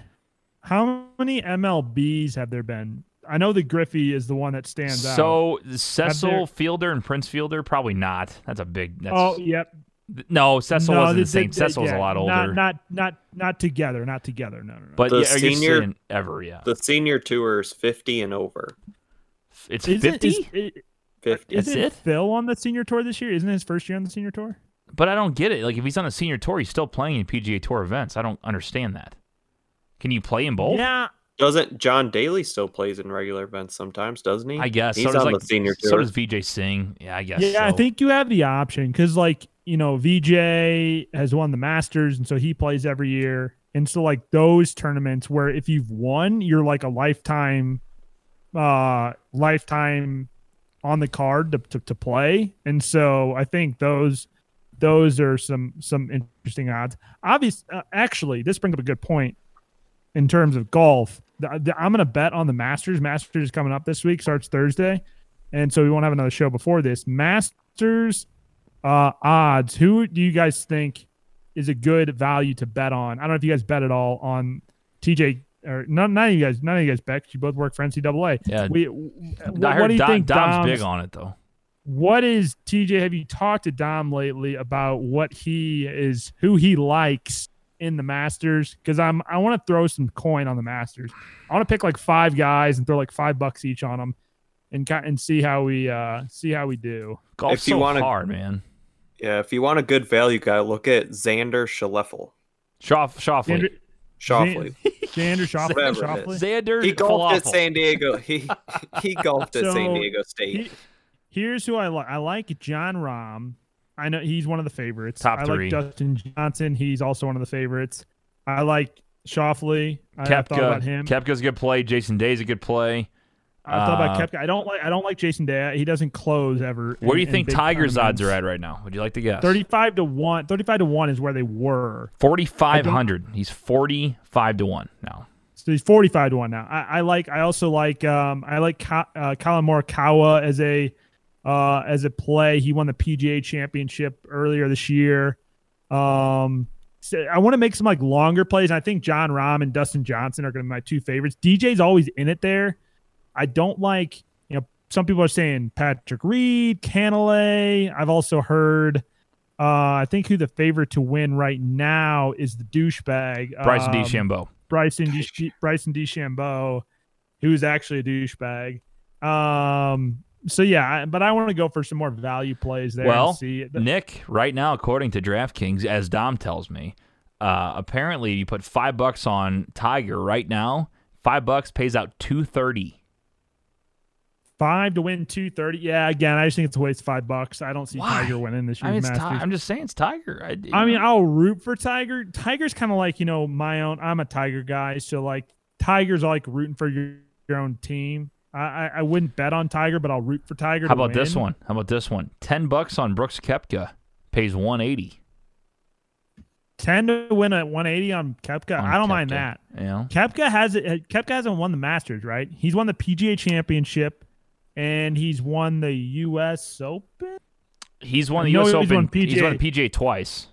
Speaker 5: how many MLBs have there been? I know the Griffey is the one that stands out.
Speaker 4: So Cecil
Speaker 5: there-
Speaker 4: Fielder and Prince Fielder probably not. That's a big. That's,
Speaker 5: oh, yep,
Speaker 4: no, Cecil
Speaker 5: No,
Speaker 4: wasn't the
Speaker 5: they-
Speaker 4: same.
Speaker 5: they-
Speaker 4: Cecil was
Speaker 5: yeah,
Speaker 4: a lot older.
Speaker 5: Not, not, not, not together. Not together. No, no, no.
Speaker 4: but
Speaker 7: The
Speaker 4: yeah, I guess
Speaker 7: senior-
Speaker 4: in ever. Yeah,
Speaker 7: The senior tour is 50 and over.
Speaker 4: it's
Speaker 5: Isn't-
Speaker 4: fifty.
Speaker 5: is- i-
Speaker 7: 50.
Speaker 4: That's
Speaker 5: Isn't
Speaker 4: it?
Speaker 5: Phil on the senior tour this year? Isn't it his first year on the senior tour?
Speaker 4: But I don't get it. Like if he's on the senior tour, he's still playing in PGA Tour events. I don't understand that. Can you play in both?
Speaker 5: Yeah,
Speaker 7: Doesn't John Daly still plays in regular events sometimes, doesn't he?
Speaker 4: I guess.
Speaker 7: He's
Speaker 4: so does
Speaker 7: on
Speaker 4: like,
Speaker 7: the senior tour.
Speaker 4: So does VJ Singh. Yeah, I guess.
Speaker 5: yeah. I
Speaker 4: so.
Speaker 5: think you have the option because, like, you know, VJ has won the Masters, and so he plays every year. And so, like, those tournaments where if you've won, you're like a lifetime, uh, lifetime on the card to, to, to play. And so, I think those those are some some interesting odds. Obvious, uh, actually, this brings up a good point in terms of golf. The- the- I'm going to bet on the Masters. Masters is coming up this week, starts Thursday, and so we won't have another show before this. Masters uh, odds. Who do you guys think is a good value to bet on? I don't know if you guys bet at all on TJ. Or none, none of you guys, none of you guys bet 'cause you both work for NCAA.
Speaker 4: Yeah.
Speaker 5: We, what,
Speaker 4: I heard
Speaker 5: what do you
Speaker 4: Dom,
Speaker 5: think?
Speaker 4: Dom's,
Speaker 5: Dom's-
Speaker 4: big on it though.
Speaker 5: what is TJ? Have you talked to Dom lately about what he is, who he likes in the Masters? Because I'm, I want to throw some coin on the Masters. I want to pick like five guys and throw like five bucks each on them, and ki- and see how we uh see how we do.
Speaker 4: Golf's
Speaker 7: If you
Speaker 4: so
Speaker 7: wanna-
Speaker 4: hard, man.
Speaker 7: Yeah, if you want a good value guy, look at Xander Schauffele.
Speaker 4: Shoff, Shoffley.
Speaker 5: Xander,
Speaker 7: Shoffley.
Speaker 5: Xander Shoffley.
Speaker 7: Whatever it is.
Speaker 5: Shoffley.
Speaker 4: Xander
Speaker 7: He golfed at
Speaker 4: Falafel.
Speaker 7: San Diego. He he golfed at San
Speaker 5: So,
Speaker 7: Diego State.
Speaker 5: he- Here's who I like. I like John Rahm. I know he's one of the favorites.
Speaker 4: Top
Speaker 5: I
Speaker 4: three.
Speaker 5: like Justin Johnson. He's also one of the favorites. I like Shoffley. I, I thought about
Speaker 4: Kepka.
Speaker 5: him.
Speaker 4: Kepka's a good play. Jason Day's a good play.
Speaker 5: I thought about
Speaker 4: Uh,
Speaker 5: Kepka. I don't like. I don't like Jason Day. He doesn't close ever.
Speaker 4: Where do
Speaker 5: in-
Speaker 4: you
Speaker 5: in
Speaker 4: think
Speaker 5: big
Speaker 4: Tiger's odds are
Speaker 5: tournaments.
Speaker 4: at right now? Would you like to guess?
Speaker 5: Thirty-five to one. Thirty-five to one is where they were.
Speaker 4: 4,500. He's 45 to 1 now.
Speaker 5: So he's forty-five to one now. I, I like. I also like. Um, I like Ka- uh, Colin Morikawa as a uh, as a play. He won the PGA Championship earlier this year. Um, so I want to make some like longer plays. I think John Rahm and Dustin Johnson are going to be my two favorites. DJ's always in it there. I don't like, you know, some people are saying Patrick Reed, Cantlay. I've also heard, uh, I think who the favorite to win right now is the douchebag
Speaker 4: Bryson
Speaker 5: um,
Speaker 4: DeChambeau.
Speaker 5: Bryson De- Bryson DeChambeau, who's actually a douchebag. Um, so yeah, I- but I want to go for some more value plays there. and
Speaker 4: Well,
Speaker 5: see it.
Speaker 4: Nick, right now, according to DraftKings, as Dom tells me, uh, apparently you put five bucks on Tiger right now. Five bucks pays out two thirty.
Speaker 5: five to win two thirty. Yeah, again, I just think it's a waste of five bucks. I don't see
Speaker 4: Why?
Speaker 5: Tiger winning this
Speaker 4: I
Speaker 5: year's
Speaker 4: mean, it's ti-
Speaker 5: Masters.
Speaker 4: I'm just saying it's Tiger. I,
Speaker 5: I mean, I'll root for Tiger. Tiger's kind of like you know my own. I'm a Tiger guy, so like Tiger's like rooting for your, your own team. I, I, I wouldn't bet on Tiger, but I'll root for Tiger.
Speaker 4: How
Speaker 5: to
Speaker 4: about this
Speaker 5: win.
Speaker 4: one? How about this one? Ten bucks on Brooks Kepka pays one eighty.
Speaker 5: Ten to win at 180 on Kepka. I don't mind that.
Speaker 4: Yeah.
Speaker 5: Kepka has uh, Kepka hasn't won the Masters, right? He's won the PGA Championship, and he's won the U.S. Open.
Speaker 4: He's won the
Speaker 5: No,
Speaker 4: U.S.
Speaker 5: he's
Speaker 4: Open.
Speaker 5: won
Speaker 4: He's won
Speaker 5: PGA.
Speaker 4: the PGA twice,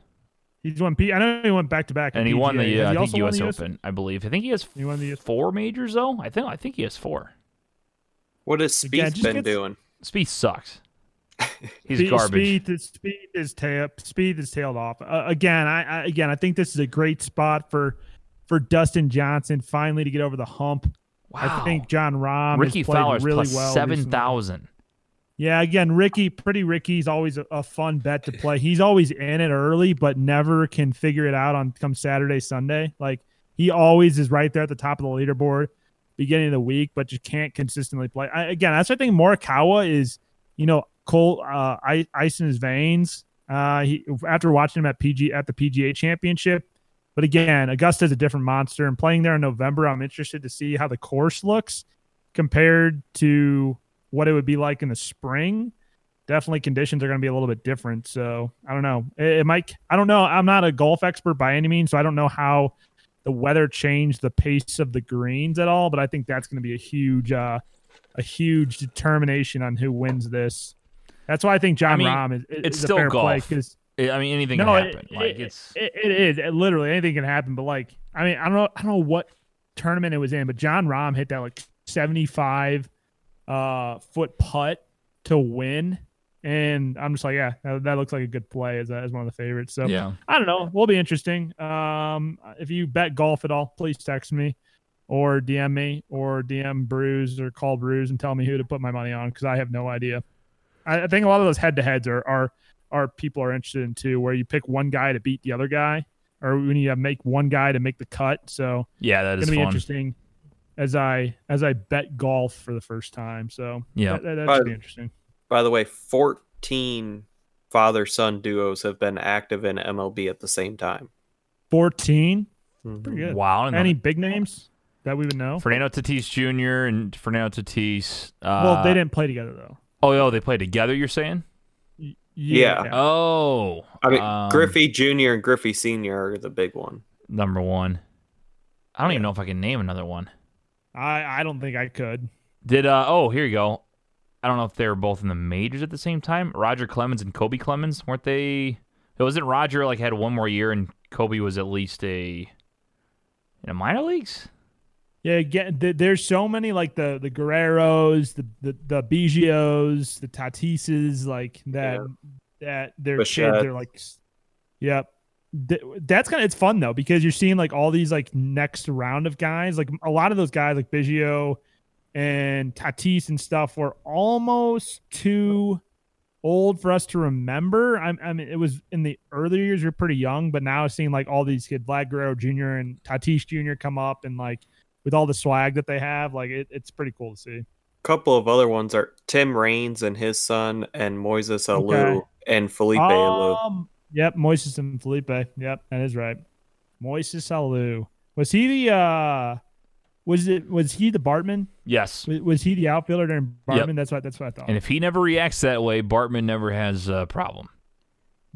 Speaker 5: He's won. P- I know he went back to back,
Speaker 4: and he won the
Speaker 5: PGA. Has
Speaker 4: uh, I
Speaker 5: he
Speaker 4: think
Speaker 5: also won
Speaker 4: U.S.
Speaker 5: the
Speaker 4: Open, I believe. I think he has
Speaker 5: He won the U.S.
Speaker 4: four majors though. I think I think he has four.
Speaker 7: What has Spieth
Speaker 5: Again, just
Speaker 7: been
Speaker 5: gets-
Speaker 7: doing?
Speaker 4: Speed sucks. He's
Speaker 5: Speed-
Speaker 4: garbage.
Speaker 5: Speed is speed is tail speed is tailed off uh, again. I, I again I think this is a great spot for for Dustin Johnson finally to get over the hump.
Speaker 4: Wow.
Speaker 5: I think John Rahm
Speaker 4: Ricky
Speaker 5: has played
Speaker 4: Fowler's
Speaker 5: really
Speaker 4: plus
Speaker 5: well.
Speaker 4: seven
Speaker 5: recently.
Speaker 4: thousand.
Speaker 5: Yeah, again, Ricky, pretty Ricky's always a, a fun bet to play. He's always in it early, but never can figure it out on come Saturday, Sunday. Like he always is right there at the top of the leaderboard, beginning of the week, but just can't consistently play. I, again, that's why I think Morikawa is, you know, cold uh, i- ice in his veins. Uh, he, after watching him at PG at the PGA Championship, but again, Augusta's a different monster, and playing there in November, I'm interested to see how the course looks compared to what it would be like in the spring. Definitely, conditions are going to be a little bit different. So I don't know. It, it might. I don't know. I'm not a golf expert by any means, so I don't know how the weather changed the pace of the greens at all. But I think that's going to be a huge, uh, a huge determination on who wins this. That's why I think John
Speaker 4: mean,
Speaker 5: Rahm is, is
Speaker 4: it's
Speaker 5: a
Speaker 4: still
Speaker 5: fair play
Speaker 4: golf.
Speaker 5: 'cause-
Speaker 4: I mean, anything
Speaker 5: no,
Speaker 4: can
Speaker 5: it-
Speaker 4: happen.
Speaker 5: It,
Speaker 4: like it's
Speaker 5: it- it is It literally anything can happen. But like, I mean, I don't know, I don't know what tournament it was in, but John Rahm hit that like seventy-five uh, foot putt to win, and I'm just like, yeah, that, that looks like a good play as, a, as one of the favorites. So
Speaker 4: yeah.
Speaker 5: I don't know, will be interesting. Um, if you bet golf at all, please text me. Or DM me, or DM Bruise, or call Bruise and tell me who to put my money on because I have no idea. I, I think a lot of those head to heads are, are are people are interested in too, where you pick one guy to beat the other guy, or when you make one guy to make the cut. So
Speaker 4: Yeah, that
Speaker 5: it's
Speaker 4: is
Speaker 5: gonna be
Speaker 4: fun.
Speaker 5: interesting as I as I bet golf for the first time. So
Speaker 4: Yeah.
Speaker 5: that, that, that
Speaker 7: Right.
Speaker 5: should be interesting.
Speaker 7: By the way, 14 father son duos have been active in MLB at the same time.
Speaker 5: 14 pretty good.
Speaker 4: Wow. I don't know.
Speaker 5: Any big names that we would know?
Speaker 4: Fernando Tatis Jr. and Fernando Tatis. Uh,
Speaker 5: well, they didn't play together though.
Speaker 4: Oh, oh, they played together. You're saying?
Speaker 5: Y-
Speaker 7: Yeah.
Speaker 4: Oh,
Speaker 7: I mean,
Speaker 4: um,
Speaker 7: Griffey Jr. and Griffey Sr. are the big one.
Speaker 4: number one. I don't even know if I can name another one.
Speaker 5: I I don't think I could.
Speaker 4: Did uh oh here you go. I don't know if they were both in the majors at the same time. Roger Clemens and Kobe Clemens weren't they? It wasn't Roger like had one more year and Kobe was at least a in the minor leagues.
Speaker 5: Yeah, again, th- there's so many like the the Guerreros, the the, the Bigios, the Tatises, like that that their kids
Speaker 7: Bichette.
Speaker 5: are like, s- yep. Th- That's kind of it's fun though because you're seeing like all these like next round of guys, like a lot of those guys like Biggio and Tatis and stuff were almost too old for us to remember. I, I mean, it was in the earlier years, we are pretty young, but now seeing like all these kids, Vlad Guerrero Jr. and Tatis Jr. come up and like with all the swag that they have, like it, it's pretty cool to see.
Speaker 7: couple of other ones are Tim Raines and his son, and Moises Alou
Speaker 5: Okay.
Speaker 7: and Felipe Alou.
Speaker 5: Um, yep, Moises and Felipe. Yep, that is right. Moises Alou. Was he the uh was it was he the Bartman?
Speaker 4: Yes.
Speaker 5: Was, was he the outfielder during
Speaker 4: Yep.
Speaker 5: Bartman? That's what that's what I thought.
Speaker 4: And if he never reacts that way, Bartman never has a problem.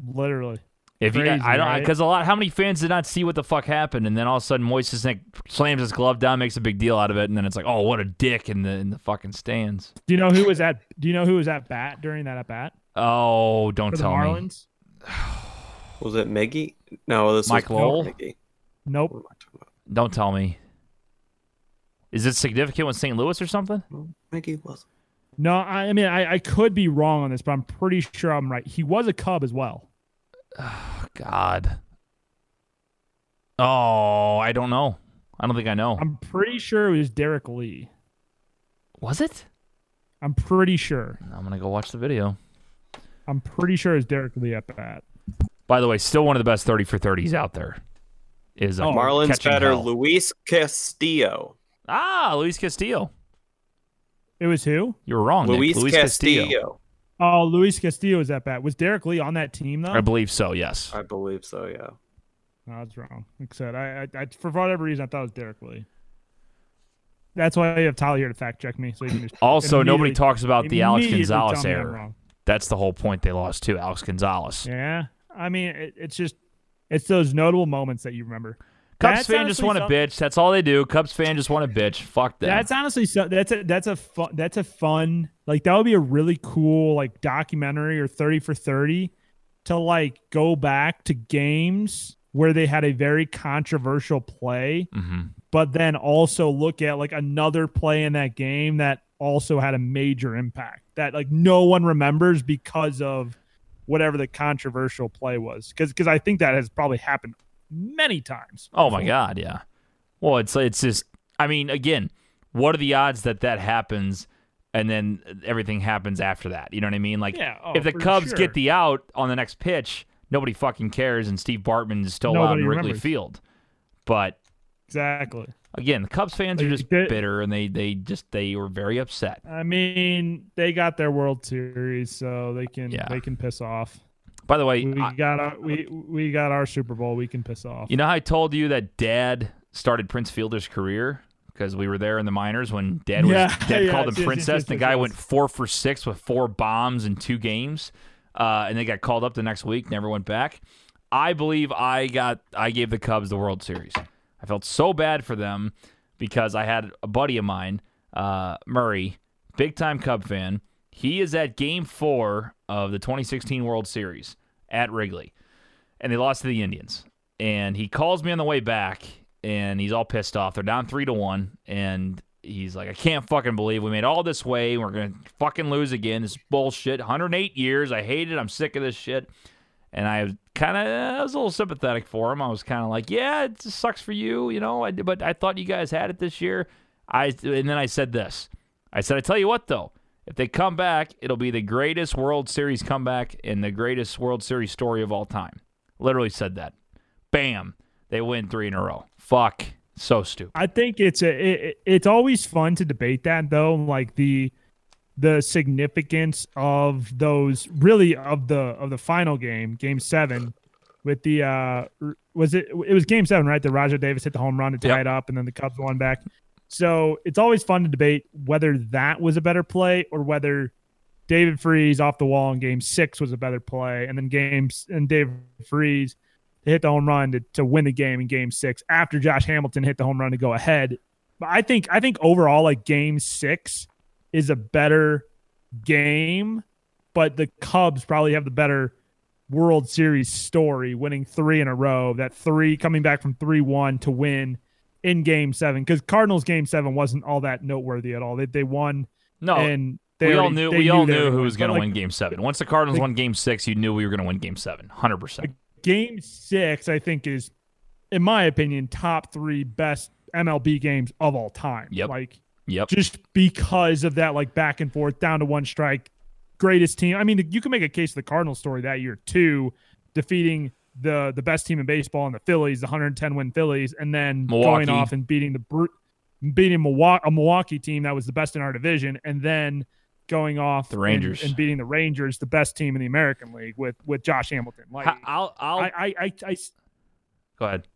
Speaker 5: Literally.
Speaker 4: If you,
Speaker 5: Crazy,
Speaker 4: I don't,
Speaker 5: right?
Speaker 4: because a lot, how many fans did not see what the fuck happened, and then all of a sudden Moises Nick slams his glove down, makes a big deal out of it, and then it's like, oh, what a dick in the in the fucking stands.
Speaker 5: Do you know who was at do you know who was at bat during that at bat?
Speaker 4: Oh, don't
Speaker 5: For the
Speaker 4: tell me.
Speaker 5: Marlins?
Speaker 7: Was it Miggy? No, this
Speaker 4: Mike
Speaker 7: was
Speaker 4: Lowell?
Speaker 7: Miggy.
Speaker 5: Nope.
Speaker 4: Don't tell me. Is it significant with St. Louis or something?
Speaker 7: Miggy was.
Speaker 5: No, I, I mean I, I could be wrong on this, but I'm pretty sure I'm right. He was a cub as well.
Speaker 4: God. Oh, I don't know. I don't think I know.
Speaker 5: I'm pretty sure it was Derek Lee.
Speaker 4: Was it?
Speaker 5: I'm pretty sure.
Speaker 4: I'm gonna go watch the video.
Speaker 5: I'm pretty sure it was Derek Lee at bat.
Speaker 4: By the way, still one of the best thirty for thirties out there. Is uh,
Speaker 5: Oh,
Speaker 7: Marlins
Speaker 4: catching
Speaker 7: batter
Speaker 4: hell.
Speaker 7: Luis Castillo.
Speaker 4: ah Luis Castillo.
Speaker 5: It was who?
Speaker 4: You were wrong. Oh, Nick.
Speaker 7: Luis, Castillo,
Speaker 5: Oh, Luis Castillo was at bat. Was Derek Lee on that team though?
Speaker 4: I believe so. Yes.
Speaker 7: I believe so, yeah.
Speaker 5: no, I was wrong. Like I said, I, I, I for whatever reason I thought it was Derek Lee. That's why you have Tyler here to fact check me. So you can just
Speaker 4: Also, nobody
Speaker 5: immediately-
Speaker 4: talks about the Alex
Speaker 5: immediately tell
Speaker 4: Gonzalez
Speaker 5: me I'm
Speaker 4: error.
Speaker 5: wrong.
Speaker 4: That's the whole point they lost too, Alex Gonzalez.
Speaker 5: Yeah, I mean, it, it's just it's those notable moments that you remember.
Speaker 4: Cubs
Speaker 5: That's
Speaker 4: fan just
Speaker 5: honestly
Speaker 4: want to
Speaker 5: some-
Speaker 4: bitch. That's all they do. Cubs fan just want to bitch. Fuck them.
Speaker 5: That's honestly so. That's a that's a fun, that's a fun like that would be a really cool like documentary or thirty for thirty to like go back to games where they had a very controversial play,
Speaker 4: Mhm.
Speaker 5: but then also look at like another play in that game that also had a major impact that like no one remembers because of whatever the controversial play was. Because because I think that has probably happened many times.
Speaker 4: Oh my god, yeah. Well, it's it's just I mean, again, what are the odds that that happens and then everything happens after that? You know what I mean? Like
Speaker 5: Yeah, oh,
Speaker 4: if the
Speaker 5: for
Speaker 4: Cubs
Speaker 5: sure.
Speaker 4: get the out on the next pitch, nobody fucking cares and Steve Bartman is still out
Speaker 5: Nobody
Speaker 4: in Wrigley
Speaker 5: remembers.
Speaker 4: Field. But
Speaker 5: Exactly.
Speaker 4: again, the Cubs fans are
Speaker 5: Like,
Speaker 4: just
Speaker 5: they-
Speaker 4: bitter and they they just they were very upset.
Speaker 5: I mean, they got their World Series, so they can
Speaker 4: Yeah.
Speaker 5: they can piss off.
Speaker 4: By the way,
Speaker 5: We
Speaker 4: I-
Speaker 5: got our we we got our Super Bowl. We can piss off.
Speaker 4: You know how I told you that Dad started Prince Fielder's career because we were there in the minors when Dad was
Speaker 5: Yeah,
Speaker 4: Dad
Speaker 5: yeah,
Speaker 4: called him
Speaker 5: yes, yes,
Speaker 4: Princess.
Speaker 5: yes,
Speaker 4: the
Speaker 5: yes,
Speaker 4: guy
Speaker 5: yes.
Speaker 4: went four for six with four bombs in two games, uh, and they got called up the next week. Never went back. I believe I got I gave the Cubs the World Series. I felt so bad for them because I had a buddy of mine, uh, Murray, big time Cub fan. He is at Game Four of the 2016 World Series at Wrigley and they lost to the Indians. And he calls me on the way back, and he's all pissed off. They're down three to one, and he's like, "I can't fucking believe we made all this way. and We're gonna fucking lose again. This is bullshit. 108 years. I hate it. I'm sick of this shit." And I kind of I was a little sympathetic for him. I was kind of like, "Yeah, it just sucks for you, you know." I, but I thought you guys had it this year. I and then I said this. I said, "I tell you what, though." If they come back, it'll be the greatest World Series comeback and the greatest World Series story of all time. Literally said that. Bam. They win three in a row. Fuck. So stupid.
Speaker 5: I think it's a it, it- it's always fun to debate that though, like the the significance of those really of the of the final game, game seven, with the uh r- was it it was game seven, right? The Roger Davis hit the home run to tie
Speaker 4: Yep.
Speaker 5: it up and then the Cubs won back. So it's always fun to debate whether that was a better play or whether David Freeze off the wall in game six was a better play, and then games and David Freeze to hit the home run to, to win the game in game six after Josh Hamilton hit the home run to go ahead. But I think I think overall like game six is a better game, but the Cubs probably have the better World Series story, winning three in a row, that three coming back from three one to win in game seven. Because Cardinals game seven wasn't all that noteworthy at all. They they won
Speaker 4: No.
Speaker 5: and they
Speaker 4: Oh, we all
Speaker 5: already-
Speaker 4: knew
Speaker 5: they
Speaker 4: we all
Speaker 5: they were
Speaker 4: knew
Speaker 5: gonna
Speaker 4: who
Speaker 5: win.
Speaker 4: was
Speaker 5: But,
Speaker 4: going to
Speaker 5: like,
Speaker 4: win game 7. Once the Cardinals
Speaker 5: Like-
Speaker 4: won game 6, you knew we were going to win game 7. 100%.
Speaker 5: game six, I think, is, in my opinion, top three best MLB games of all time.
Speaker 4: Yep.
Speaker 5: Like,
Speaker 4: Yep.
Speaker 5: just because of that, like, back and forth, down to one strike, greatest team. I mean, you can make a case of the Cardinals story that year, too, defeating the the best team in baseball in the Phillies, the 110 win Phillies, and then
Speaker 4: Milwaukee.
Speaker 5: going off and beating the Bru- beating Milwaukee, a Milwaukee team that was the best in our division, and then going off
Speaker 4: The
Speaker 5: and-
Speaker 4: Rangers.
Speaker 5: and, beating the Rangers, the best team in the American League with with Josh Hamilton. Like,
Speaker 4: I, I'll, I'll
Speaker 5: I, I, I, I, s-
Speaker 4: go ahead.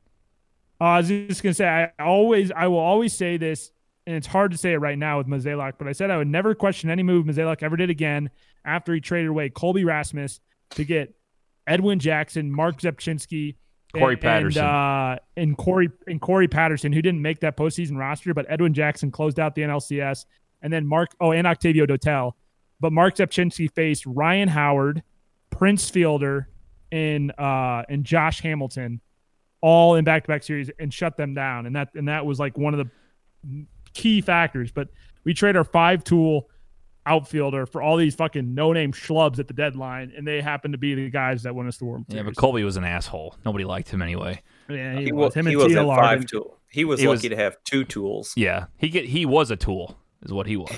Speaker 5: uh, I was just gonna say I always I will always say this, and it's hard to say it right now with Mazalak, but I said I would never question any move Mazalak ever did again after he traded away Colby Rasmus to get Edwin Jackson, Mark Zepchinski,
Speaker 4: Corey
Speaker 5: and,
Speaker 4: Patterson.
Speaker 5: uh, and Corey and Corey Patterson, who didn't make that postseason roster, but Edwin Jackson closed out the NLCS, and then Mark oh and Octavio Dotel, but Mark Zepchinski faced Ryan Howard, Prince Fielder, and uh, and Josh Hamilton all in back-to-back series and shut them down and that and that was like one of the key factors but we trade our five tool outfielder for all these fucking no-name schlubs at the deadline and they happen to be the guys that won us the world
Speaker 4: Yeah, but
Speaker 5: Series.
Speaker 4: Colby was an asshole. Nobody liked him anyway.
Speaker 5: yeah he,
Speaker 7: He
Speaker 5: was
Speaker 7: was,
Speaker 5: him
Speaker 7: he
Speaker 5: and
Speaker 7: was
Speaker 5: Tia
Speaker 7: at five
Speaker 5: Larden.
Speaker 7: tool. He was
Speaker 4: He was-
Speaker 7: lucky to have two tools.
Speaker 4: Yeah. He get he was a tool is what he was.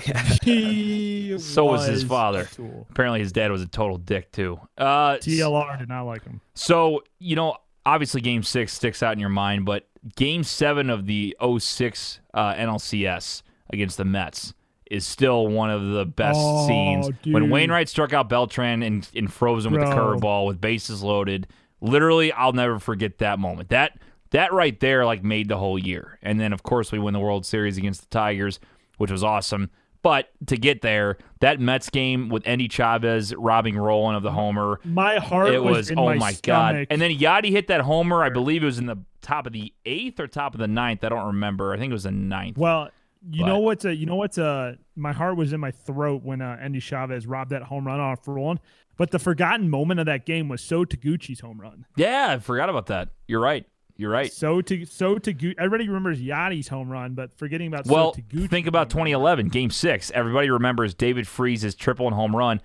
Speaker 5: He
Speaker 4: So was his
Speaker 5: a
Speaker 4: father.
Speaker 5: tool.
Speaker 4: Apparently his dad was a total dick too. Uh
Speaker 5: TLR did not like him
Speaker 4: So, you know, obviously game six sticks out in your mind, but game seven of the 06 uh, NLCS against the Mets is still one of the best
Speaker 5: Oh,
Speaker 4: scenes.
Speaker 5: dude.
Speaker 4: When Wainwright struck out Beltran and, and froze him with the
Speaker 5: Bro.
Speaker 4: curveball with bases loaded, literally, I'll never forget that moment. That That right there like made the whole year. And then of course we win the World Series against the Tigers, which was awesome. But to get there, that Mets game with Andy Chavez robbing Roland of the homer,
Speaker 5: My heart
Speaker 4: it was,
Speaker 5: in
Speaker 4: oh
Speaker 5: my,
Speaker 4: my, god!
Speaker 5: stomach.
Speaker 4: And then Yachty hit that homer. I believe it was in the top of the eighth or top of the ninth. I don't remember. I think it was the ninth.
Speaker 5: Well, you
Speaker 4: But-
Speaker 5: know what's a you know what's a my heart was in my throat when uh, Andy Chavez robbed that home run off Roland. But the forgotten moment of that game was so Taguchi's home run.
Speaker 4: Yeah, I forgot about that. You're right. You're right.
Speaker 5: So to so Taguchi, everybody remembers Yachty's home run, but forgetting about
Speaker 4: Well,
Speaker 5: so Taguchi's
Speaker 4: think about
Speaker 5: home run.
Speaker 4: 2011, Game Six. Everybody remembers David Freeze's triple and home run.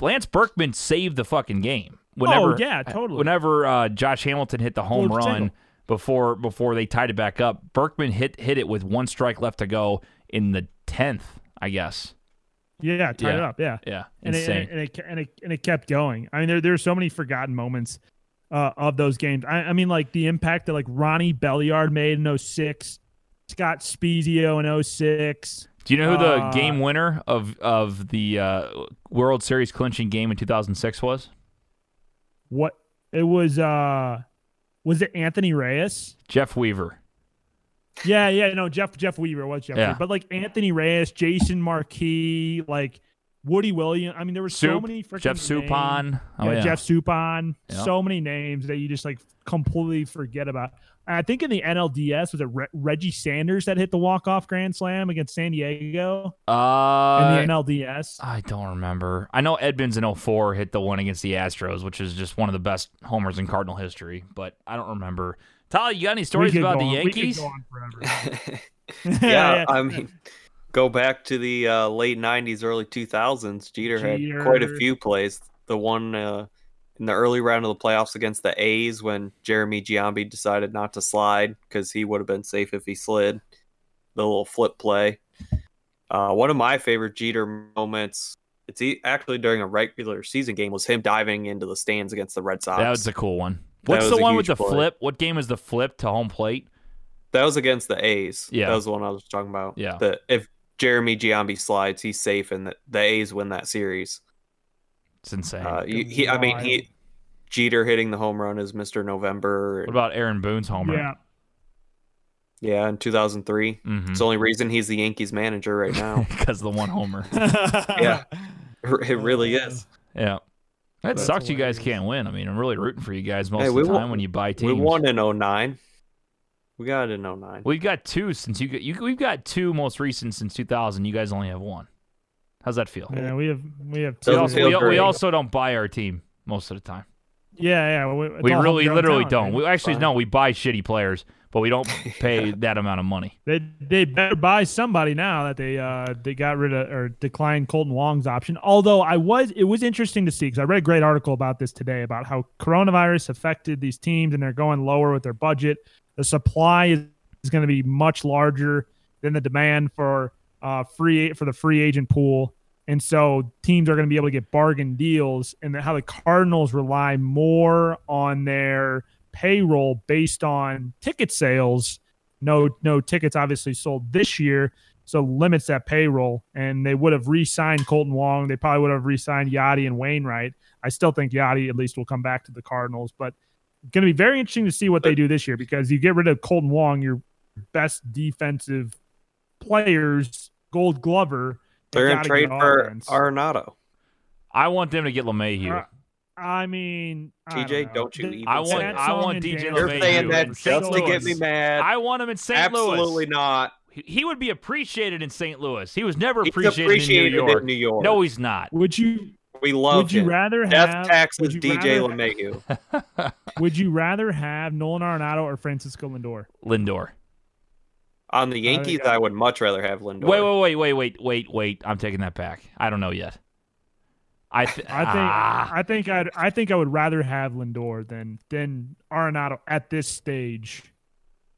Speaker 4: Lance Berkman saved the fucking game. Whenever,
Speaker 5: Oh, yeah, totally.
Speaker 4: Whenever uh, Josh Hamilton hit the home
Speaker 5: Full
Speaker 4: run
Speaker 5: single.
Speaker 4: before before they tied it back up, Berkman hit hit it with one strike left to go in the tenth, I guess.
Speaker 5: Yeah, tied it
Speaker 4: Yeah.
Speaker 5: up. Yeah.
Speaker 4: Yeah,
Speaker 5: and it,
Speaker 4: insane.
Speaker 5: and, it, and, it, ke- and, it, and it kept going. I mean, there there's so many forgotten moments uh, of those games. I, I mean, like the impact that like Ronnie Belliard made in 06, Scott Spezio in 06.
Speaker 4: Do you know who the
Speaker 5: Uh,
Speaker 4: game winner of of the uh, World Series clinching game in 2006 was?
Speaker 5: What it was uh was it Anthony Reyes?
Speaker 4: Jeff Weaver.
Speaker 5: Yeah, yeah, no, Jeff Jeff Weaver was Jeff,
Speaker 4: Yeah.
Speaker 5: Weaver. but like Anthony Reyes, Jason Marquis, like Woody Williams. I mean, there were so
Speaker 4: Soup.
Speaker 5: many freaking
Speaker 4: Jeff
Speaker 5: names.
Speaker 4: Suppan. Oh,
Speaker 5: yeah,
Speaker 4: yeah.
Speaker 5: Jeff Suppan.
Speaker 4: Yeah.
Speaker 5: So many names that you just like completely forget about. And I think in the NLDS was it Re- Reggie Sanders that hit the walk off grand slam against San Diego
Speaker 4: Uh,
Speaker 5: in the NLDS.
Speaker 4: I don't remember. I know Edmonds in 04 hit the one against the Astros, which is just one of the best homers in Cardinal history, but I don't remember. Tyler, you got any stories
Speaker 5: We could
Speaker 4: about
Speaker 5: go
Speaker 4: the
Speaker 5: on- we could
Speaker 4: Yankees?
Speaker 5: go on forever.
Speaker 7: yeah, I mean, go back to the uh, late '90s, early 2000s. Jeter,
Speaker 5: Jeter.
Speaker 7: had quite a few plays. The one uh, in the early round of the playoffs against the A's when Jeremy Giambi decided not to slide because he would have been safe if he slid. The little flip play. Uh, one of my favorite Jeter moments. It's e- actually during a regular season game was him diving into the stands against the Red Sox.
Speaker 4: That was a cool one. What's
Speaker 7: was
Speaker 4: the
Speaker 7: a
Speaker 4: one with the
Speaker 7: huge play.
Speaker 4: flip? What game is the flip to home plate?
Speaker 7: That was against the A's.
Speaker 4: Yeah.
Speaker 7: That was the one I was talking about.
Speaker 4: Yeah.
Speaker 7: That if Jeremy Giambi slides, he's safe and the, the A's win that series.
Speaker 4: It's insane.
Speaker 7: Uh, you- he, I mean, he Jeter hitting the home run is Mr. November.
Speaker 4: what about Aaron Boone's homer?
Speaker 5: yeah,
Speaker 7: yeah, in 2003.
Speaker 4: Mhm.
Speaker 7: It's the only reason he's the Yankees manager right now.
Speaker 4: Because the one homer.
Speaker 7: yeah. It really is.
Speaker 4: Yeah. That
Speaker 5: That's
Speaker 4: sucks you guys
Speaker 5: hilarious.
Speaker 4: can't win. I mean, I'm really rooting for you guys most
Speaker 7: Hey,
Speaker 4: of
Speaker 7: we
Speaker 4: the time
Speaker 7: won-
Speaker 4: when you buy teams.
Speaker 7: We won in 09. We got it in 09.
Speaker 4: We've got two since you, you we've got two most recent since 2000. You guys only have one. How's that feel?
Speaker 5: Yeah, we have we have
Speaker 4: We
Speaker 7: Doesn't
Speaker 4: also,
Speaker 7: feel
Speaker 4: we, we
Speaker 7: great.
Speaker 4: also don't buy our team most of the time.
Speaker 5: yeah, yeah. We, it's
Speaker 4: we
Speaker 5: all
Speaker 4: really,
Speaker 5: homegrown
Speaker 4: literally
Speaker 5: talent,
Speaker 4: don't.
Speaker 5: man.
Speaker 4: We actually no. We buy shitty players, but we don't pay that amount of money.
Speaker 5: They they better buy somebody now that they uh they got rid of or declined Colton Wong's option. Although I was it was interesting to see because I read a great article about this today about how coronavirus affected these teams and they're going lower with their budget. The supply is, is going to be much larger than the demand for uh free for the free agent pool, and so teams are going to be able to get bargain deals. And how the Cardinals rely more on their payroll based on ticket sales no no tickets obviously sold this year so limits that payroll and they would have re-signed colton wong they probably would have re-signed yadi and wainwright i still think yadi at least will come back to the cardinals but going to be very interesting to see what they do this year because you get rid of colton wong your best defensive players gold glover they
Speaker 7: They're in
Speaker 5: gotta
Speaker 7: trade
Speaker 5: get
Speaker 7: for
Speaker 5: offense.
Speaker 7: Arenado.
Speaker 4: I want them to get LeMahieu.
Speaker 5: Uh, i mean I
Speaker 7: TJ,
Speaker 5: know.
Speaker 7: don't you
Speaker 5: The-
Speaker 7: even
Speaker 4: I want,
Speaker 7: say
Speaker 5: that
Speaker 4: I
Speaker 5: song
Speaker 4: want
Speaker 5: and
Speaker 4: DJ
Speaker 5: dance.
Speaker 4: LeMahieu.
Speaker 7: You're saying
Speaker 5: Mayu
Speaker 4: in
Speaker 7: that
Speaker 4: St.
Speaker 7: just to get
Speaker 4: Louis.
Speaker 7: me
Speaker 5: Uh,
Speaker 7: mad.
Speaker 4: I want him in St.
Speaker 7: Absolutely
Speaker 4: Louis.
Speaker 7: not.
Speaker 4: He- He would be appreciated in St. Louis. He was never
Speaker 7: He's
Speaker 4: appreciated,
Speaker 7: appreciated
Speaker 4: in, New York.
Speaker 7: in New York.
Speaker 4: No, he's not.
Speaker 5: would you
Speaker 7: we love
Speaker 5: would you
Speaker 7: him.
Speaker 5: rather have
Speaker 7: Death taxes
Speaker 5: would you
Speaker 7: DJ
Speaker 5: rather-
Speaker 7: LeMahieu.
Speaker 5: Would you rather have Nolan Arenado or Francisco Lindor?
Speaker 4: Lindor.
Speaker 7: On the Yankees,
Speaker 5: I-
Speaker 7: I would much rather have Lindor.
Speaker 4: Oh, Wait, wait, wait, wait, wait, wait, wait. I'm taking that back. I don't know yet. I, th-
Speaker 5: I think
Speaker 4: Ah.
Speaker 5: I think I'd I think I would rather have Lindor than than Arenado at this stage.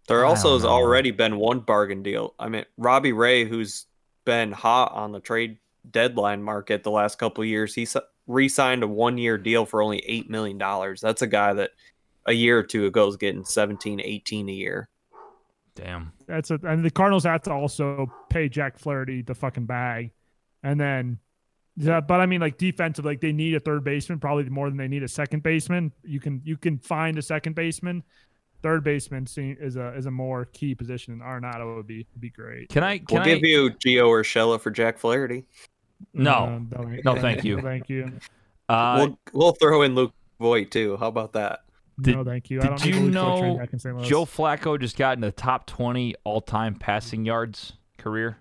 Speaker 7: There
Speaker 4: I
Speaker 7: also
Speaker 4: don't
Speaker 7: has
Speaker 4: know.
Speaker 7: already been one bargain deal. I mean, Robbie Ray, who's been hot on the trade deadline market the last couple of years, he s- re-signed a one-year deal for only eight million dollars. That's a guy that a year or two ago was getting 17, 18 a year.
Speaker 4: Damn.
Speaker 5: That's a, and the Cardinals have to also pay Jack Flaherty the fucking bag, and then yeah, but I mean like defensive, like they need a third baseman probably more than they need a second baseman. You can you can find a second baseman, third baseman seem- is a is a more key position, and Arenado would be would be great.
Speaker 4: Can I? Can
Speaker 7: we'll
Speaker 4: I?
Speaker 7: give you Gio Urshela for Jack Flaherty.
Speaker 4: no.
Speaker 5: Uh, don't-
Speaker 4: No, thank you.
Speaker 5: Thank you.
Speaker 4: Uh,
Speaker 7: we'll we'll throw in Luke Voigt too. How about that?
Speaker 4: Did-
Speaker 5: no, thank you. I
Speaker 4: did
Speaker 5: don't
Speaker 4: you
Speaker 5: need
Speaker 4: know
Speaker 5: train back in St. Louis.
Speaker 4: Joe Flacco just got in the top 20 all time passing yards career.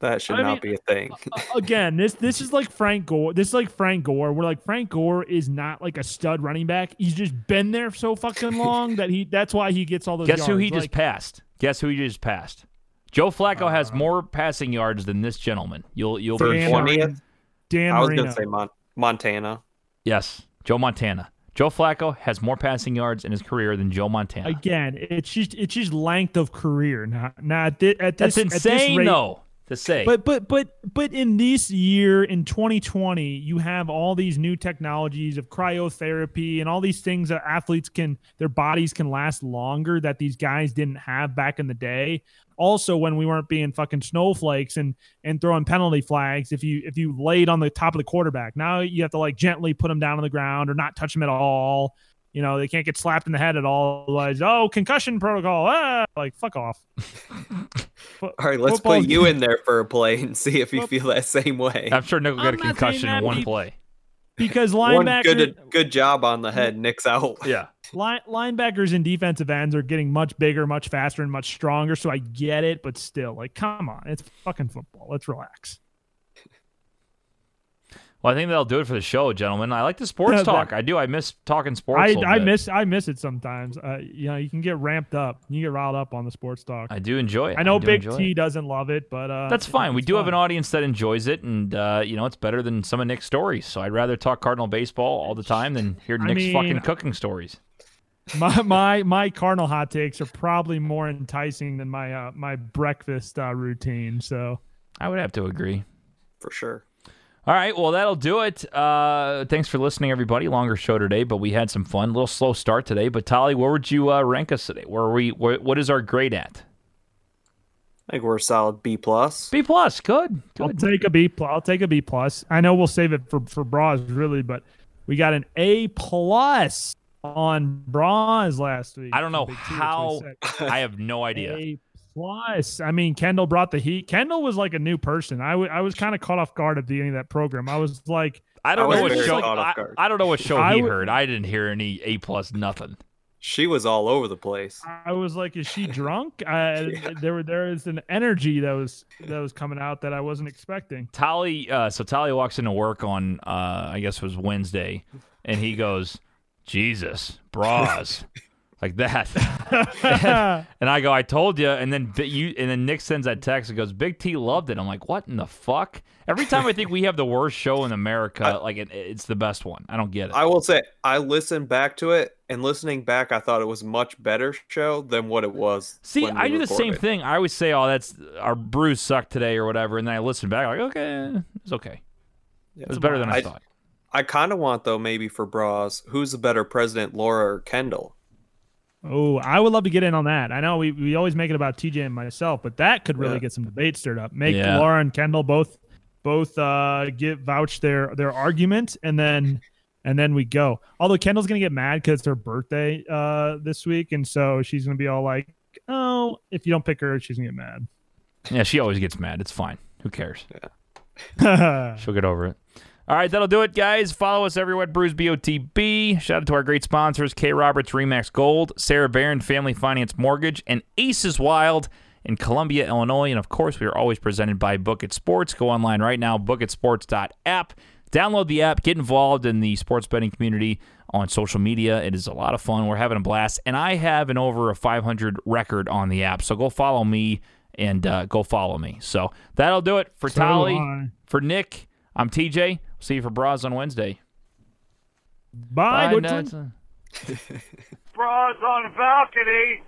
Speaker 7: That should
Speaker 5: I
Speaker 7: not be a thing.
Speaker 5: again, this this is like Frank Gore. This is like Frank Gore. We're like Frank Gore is not like a stud running back. He's just been there so fucking long that he that's why he gets all those.
Speaker 4: Guess who
Speaker 5: yards.
Speaker 4: he just
Speaker 5: Like,
Speaker 4: passed? Guess who he just passed? Joe Flacco
Speaker 5: Uh,
Speaker 4: has more passing yards than this gentleman. You'll you'll
Speaker 7: For
Speaker 4: be
Speaker 5: Dan
Speaker 7: 20th?
Speaker 5: Marino. Dan
Speaker 7: I was
Speaker 5: Marino.
Speaker 7: gonna say Mon- Montana.
Speaker 4: yes, Joe Montana. Joe Flacco has more passing yards in his career than Joe Montana.
Speaker 5: Again, it's just it's just length of career, not not thi- at this
Speaker 4: That's
Speaker 5: at this
Speaker 4: insane
Speaker 5: rate,
Speaker 4: though to say.
Speaker 5: But but but but in this year in 2020, you have all these new technologies of cryotherapy and all these things that athletes can their bodies can last longer that these guys didn't have back in the day. Also, when we weren't being fucking snowflakes and and throwing penalty flags, if you if you laid on the top of the quarterback, now you have to like gently put them down on the ground or not touch them at all. You know they can't get slapped in the head at all. Otherwise, oh concussion protocol. Ah, like fuck off.
Speaker 7: All right, let's
Speaker 5: Football's-
Speaker 7: put you in there for a play and see if you feel that same way.
Speaker 4: I'm sure Nick will get a
Speaker 5: I'm not saying
Speaker 4: concussion in
Speaker 5: that
Speaker 4: one
Speaker 5: he-
Speaker 4: play.
Speaker 5: Because
Speaker 7: One
Speaker 5: linebacker,
Speaker 7: good good job on the head. Nick's out.
Speaker 4: Mm-hmm. Yeah.
Speaker 5: Line, linebackers and defensive ends are getting much bigger, much faster, and much stronger. So I get it, but still, like, come on, it's fucking football. Let's relax.
Speaker 4: Well, I think that'll do it for the show, gentlemen. I like the sports
Speaker 5: Yeah,
Speaker 4: talk.
Speaker 5: that-
Speaker 4: I do. I miss talking sports. a
Speaker 5: I,
Speaker 4: little
Speaker 5: I
Speaker 4: bit.
Speaker 5: miss I miss it sometimes. Uh, you know, you can get ramped up, you get riled up on the sports talk. I,
Speaker 4: I do enjoy it.
Speaker 5: know
Speaker 4: do
Speaker 5: Big
Speaker 4: enjoy
Speaker 5: T
Speaker 4: it.
Speaker 5: doesn't love it, but uh,
Speaker 4: That's fine. We
Speaker 5: it's
Speaker 4: do have an
Speaker 5: fun.
Speaker 4: audience that enjoys it, and uh, you know it's better than some of Nick's stories. So I'd rather talk Cardinal baseball all the time than hear
Speaker 5: I
Speaker 4: Nick's
Speaker 5: mean,
Speaker 4: fucking cooking stories.
Speaker 5: My my my carnal hot takes are probably more enticing than my uh, my breakfast uh, routine. So
Speaker 4: I would have to agree.
Speaker 7: for sure.
Speaker 4: All right, well that'll do it. Uh, thanks for listening, everybody. Longer show today, but we had some fun. A little slow start today, but Tolly, where would you uh, rank us today? Where are we? Where, what is our grade at?
Speaker 7: I think we're a solid B plus.
Speaker 4: B plus. Good.
Speaker 5: I'll
Speaker 4: Good.
Speaker 5: take a B. Pl- I'll take a B plus. I know we'll save it for for bras really, but we got an A plus on bras last week.
Speaker 4: I don't know
Speaker 5: Big T, that's
Speaker 4: how.
Speaker 5: what
Speaker 4: I have no
Speaker 5: he said.
Speaker 4: idea.
Speaker 5: A plus. I mean, Kendall brought the heat. Kendall was like a new person. I wa- I was kind of caught off guard at the end of that program. I was like,
Speaker 4: I don't
Speaker 7: I
Speaker 4: know
Speaker 7: was
Speaker 4: what
Speaker 7: very
Speaker 4: show.
Speaker 7: caught off
Speaker 4: I,
Speaker 7: guard.
Speaker 4: I don't know what show
Speaker 5: I
Speaker 4: he
Speaker 5: would-
Speaker 4: heard. I didn't hear any A plus nothing.
Speaker 7: She was all over the place.
Speaker 5: I was like, is she drunk? Uh, There were there is an energy that was that was coming out that I wasn't expecting.
Speaker 4: Tolly, uh, so Tolly walks into work on, uh, I guess it was Wednesday, and he goes, Jesus, bras, like that. and I go, I told you. And then Bi- you, and then Nick sends that text and goes, Big T loved it. I'm like, what in the fuck? Every time I think we have the worst show in America, like it, it's the best one. I don't get it.
Speaker 7: I will say I listened back to it and listening back I thought it was much better show than what it was.
Speaker 4: See,
Speaker 7: when we
Speaker 4: I do the same
Speaker 7: recorded.
Speaker 4: thing. I always say, oh, that's our brews suck today or whatever, and then I listen back like, okay, it's okay. it was better than I,
Speaker 7: I-
Speaker 4: thought.
Speaker 7: I kinda want though maybe for Bras, who's the better president, Laura or Kendall?
Speaker 5: Oh, I would love to get in on that. I know we, we always make it about TJ and myself, but that could really
Speaker 7: Yeah.
Speaker 5: get some debate stirred up. Make
Speaker 4: Yeah.
Speaker 5: Laura and Kendall both both uh get vouch their their argument and then and then we go. Although Kendall's gonna get mad because it's her birthday uh this week, and so she's gonna be all like, Oh, if you don't pick her, she's gonna get
Speaker 4: Yeah, she always gets mad. It's fine. Who cares?
Speaker 5: mad.
Speaker 4: She'll get over it. All right, that'll do it, guys. Follow us everywhere at Brews BOTB. Shout out to our great sponsors, K. Roberts, Remax Gold, Sarah Barron, Family Finance Mortgage, and Aces Wild in Columbia, Illinois. And of course, we are always presented by Book It Sports. Go online right now, bookitsports.app. Download the app, get involved in the sports betting community on social media. It is a lot of fun. We're having a blast. And I have an over a 500 record on the app. So go follow me and uh, go follow me. So that'll do it for
Speaker 5: So
Speaker 4: Tolly.
Speaker 5: I.
Speaker 4: For Nick, I'm TJ. See you for bras on Wednesday.
Speaker 5: Bye, Bye
Speaker 4: Nuts.
Speaker 6: Bras on the balcony.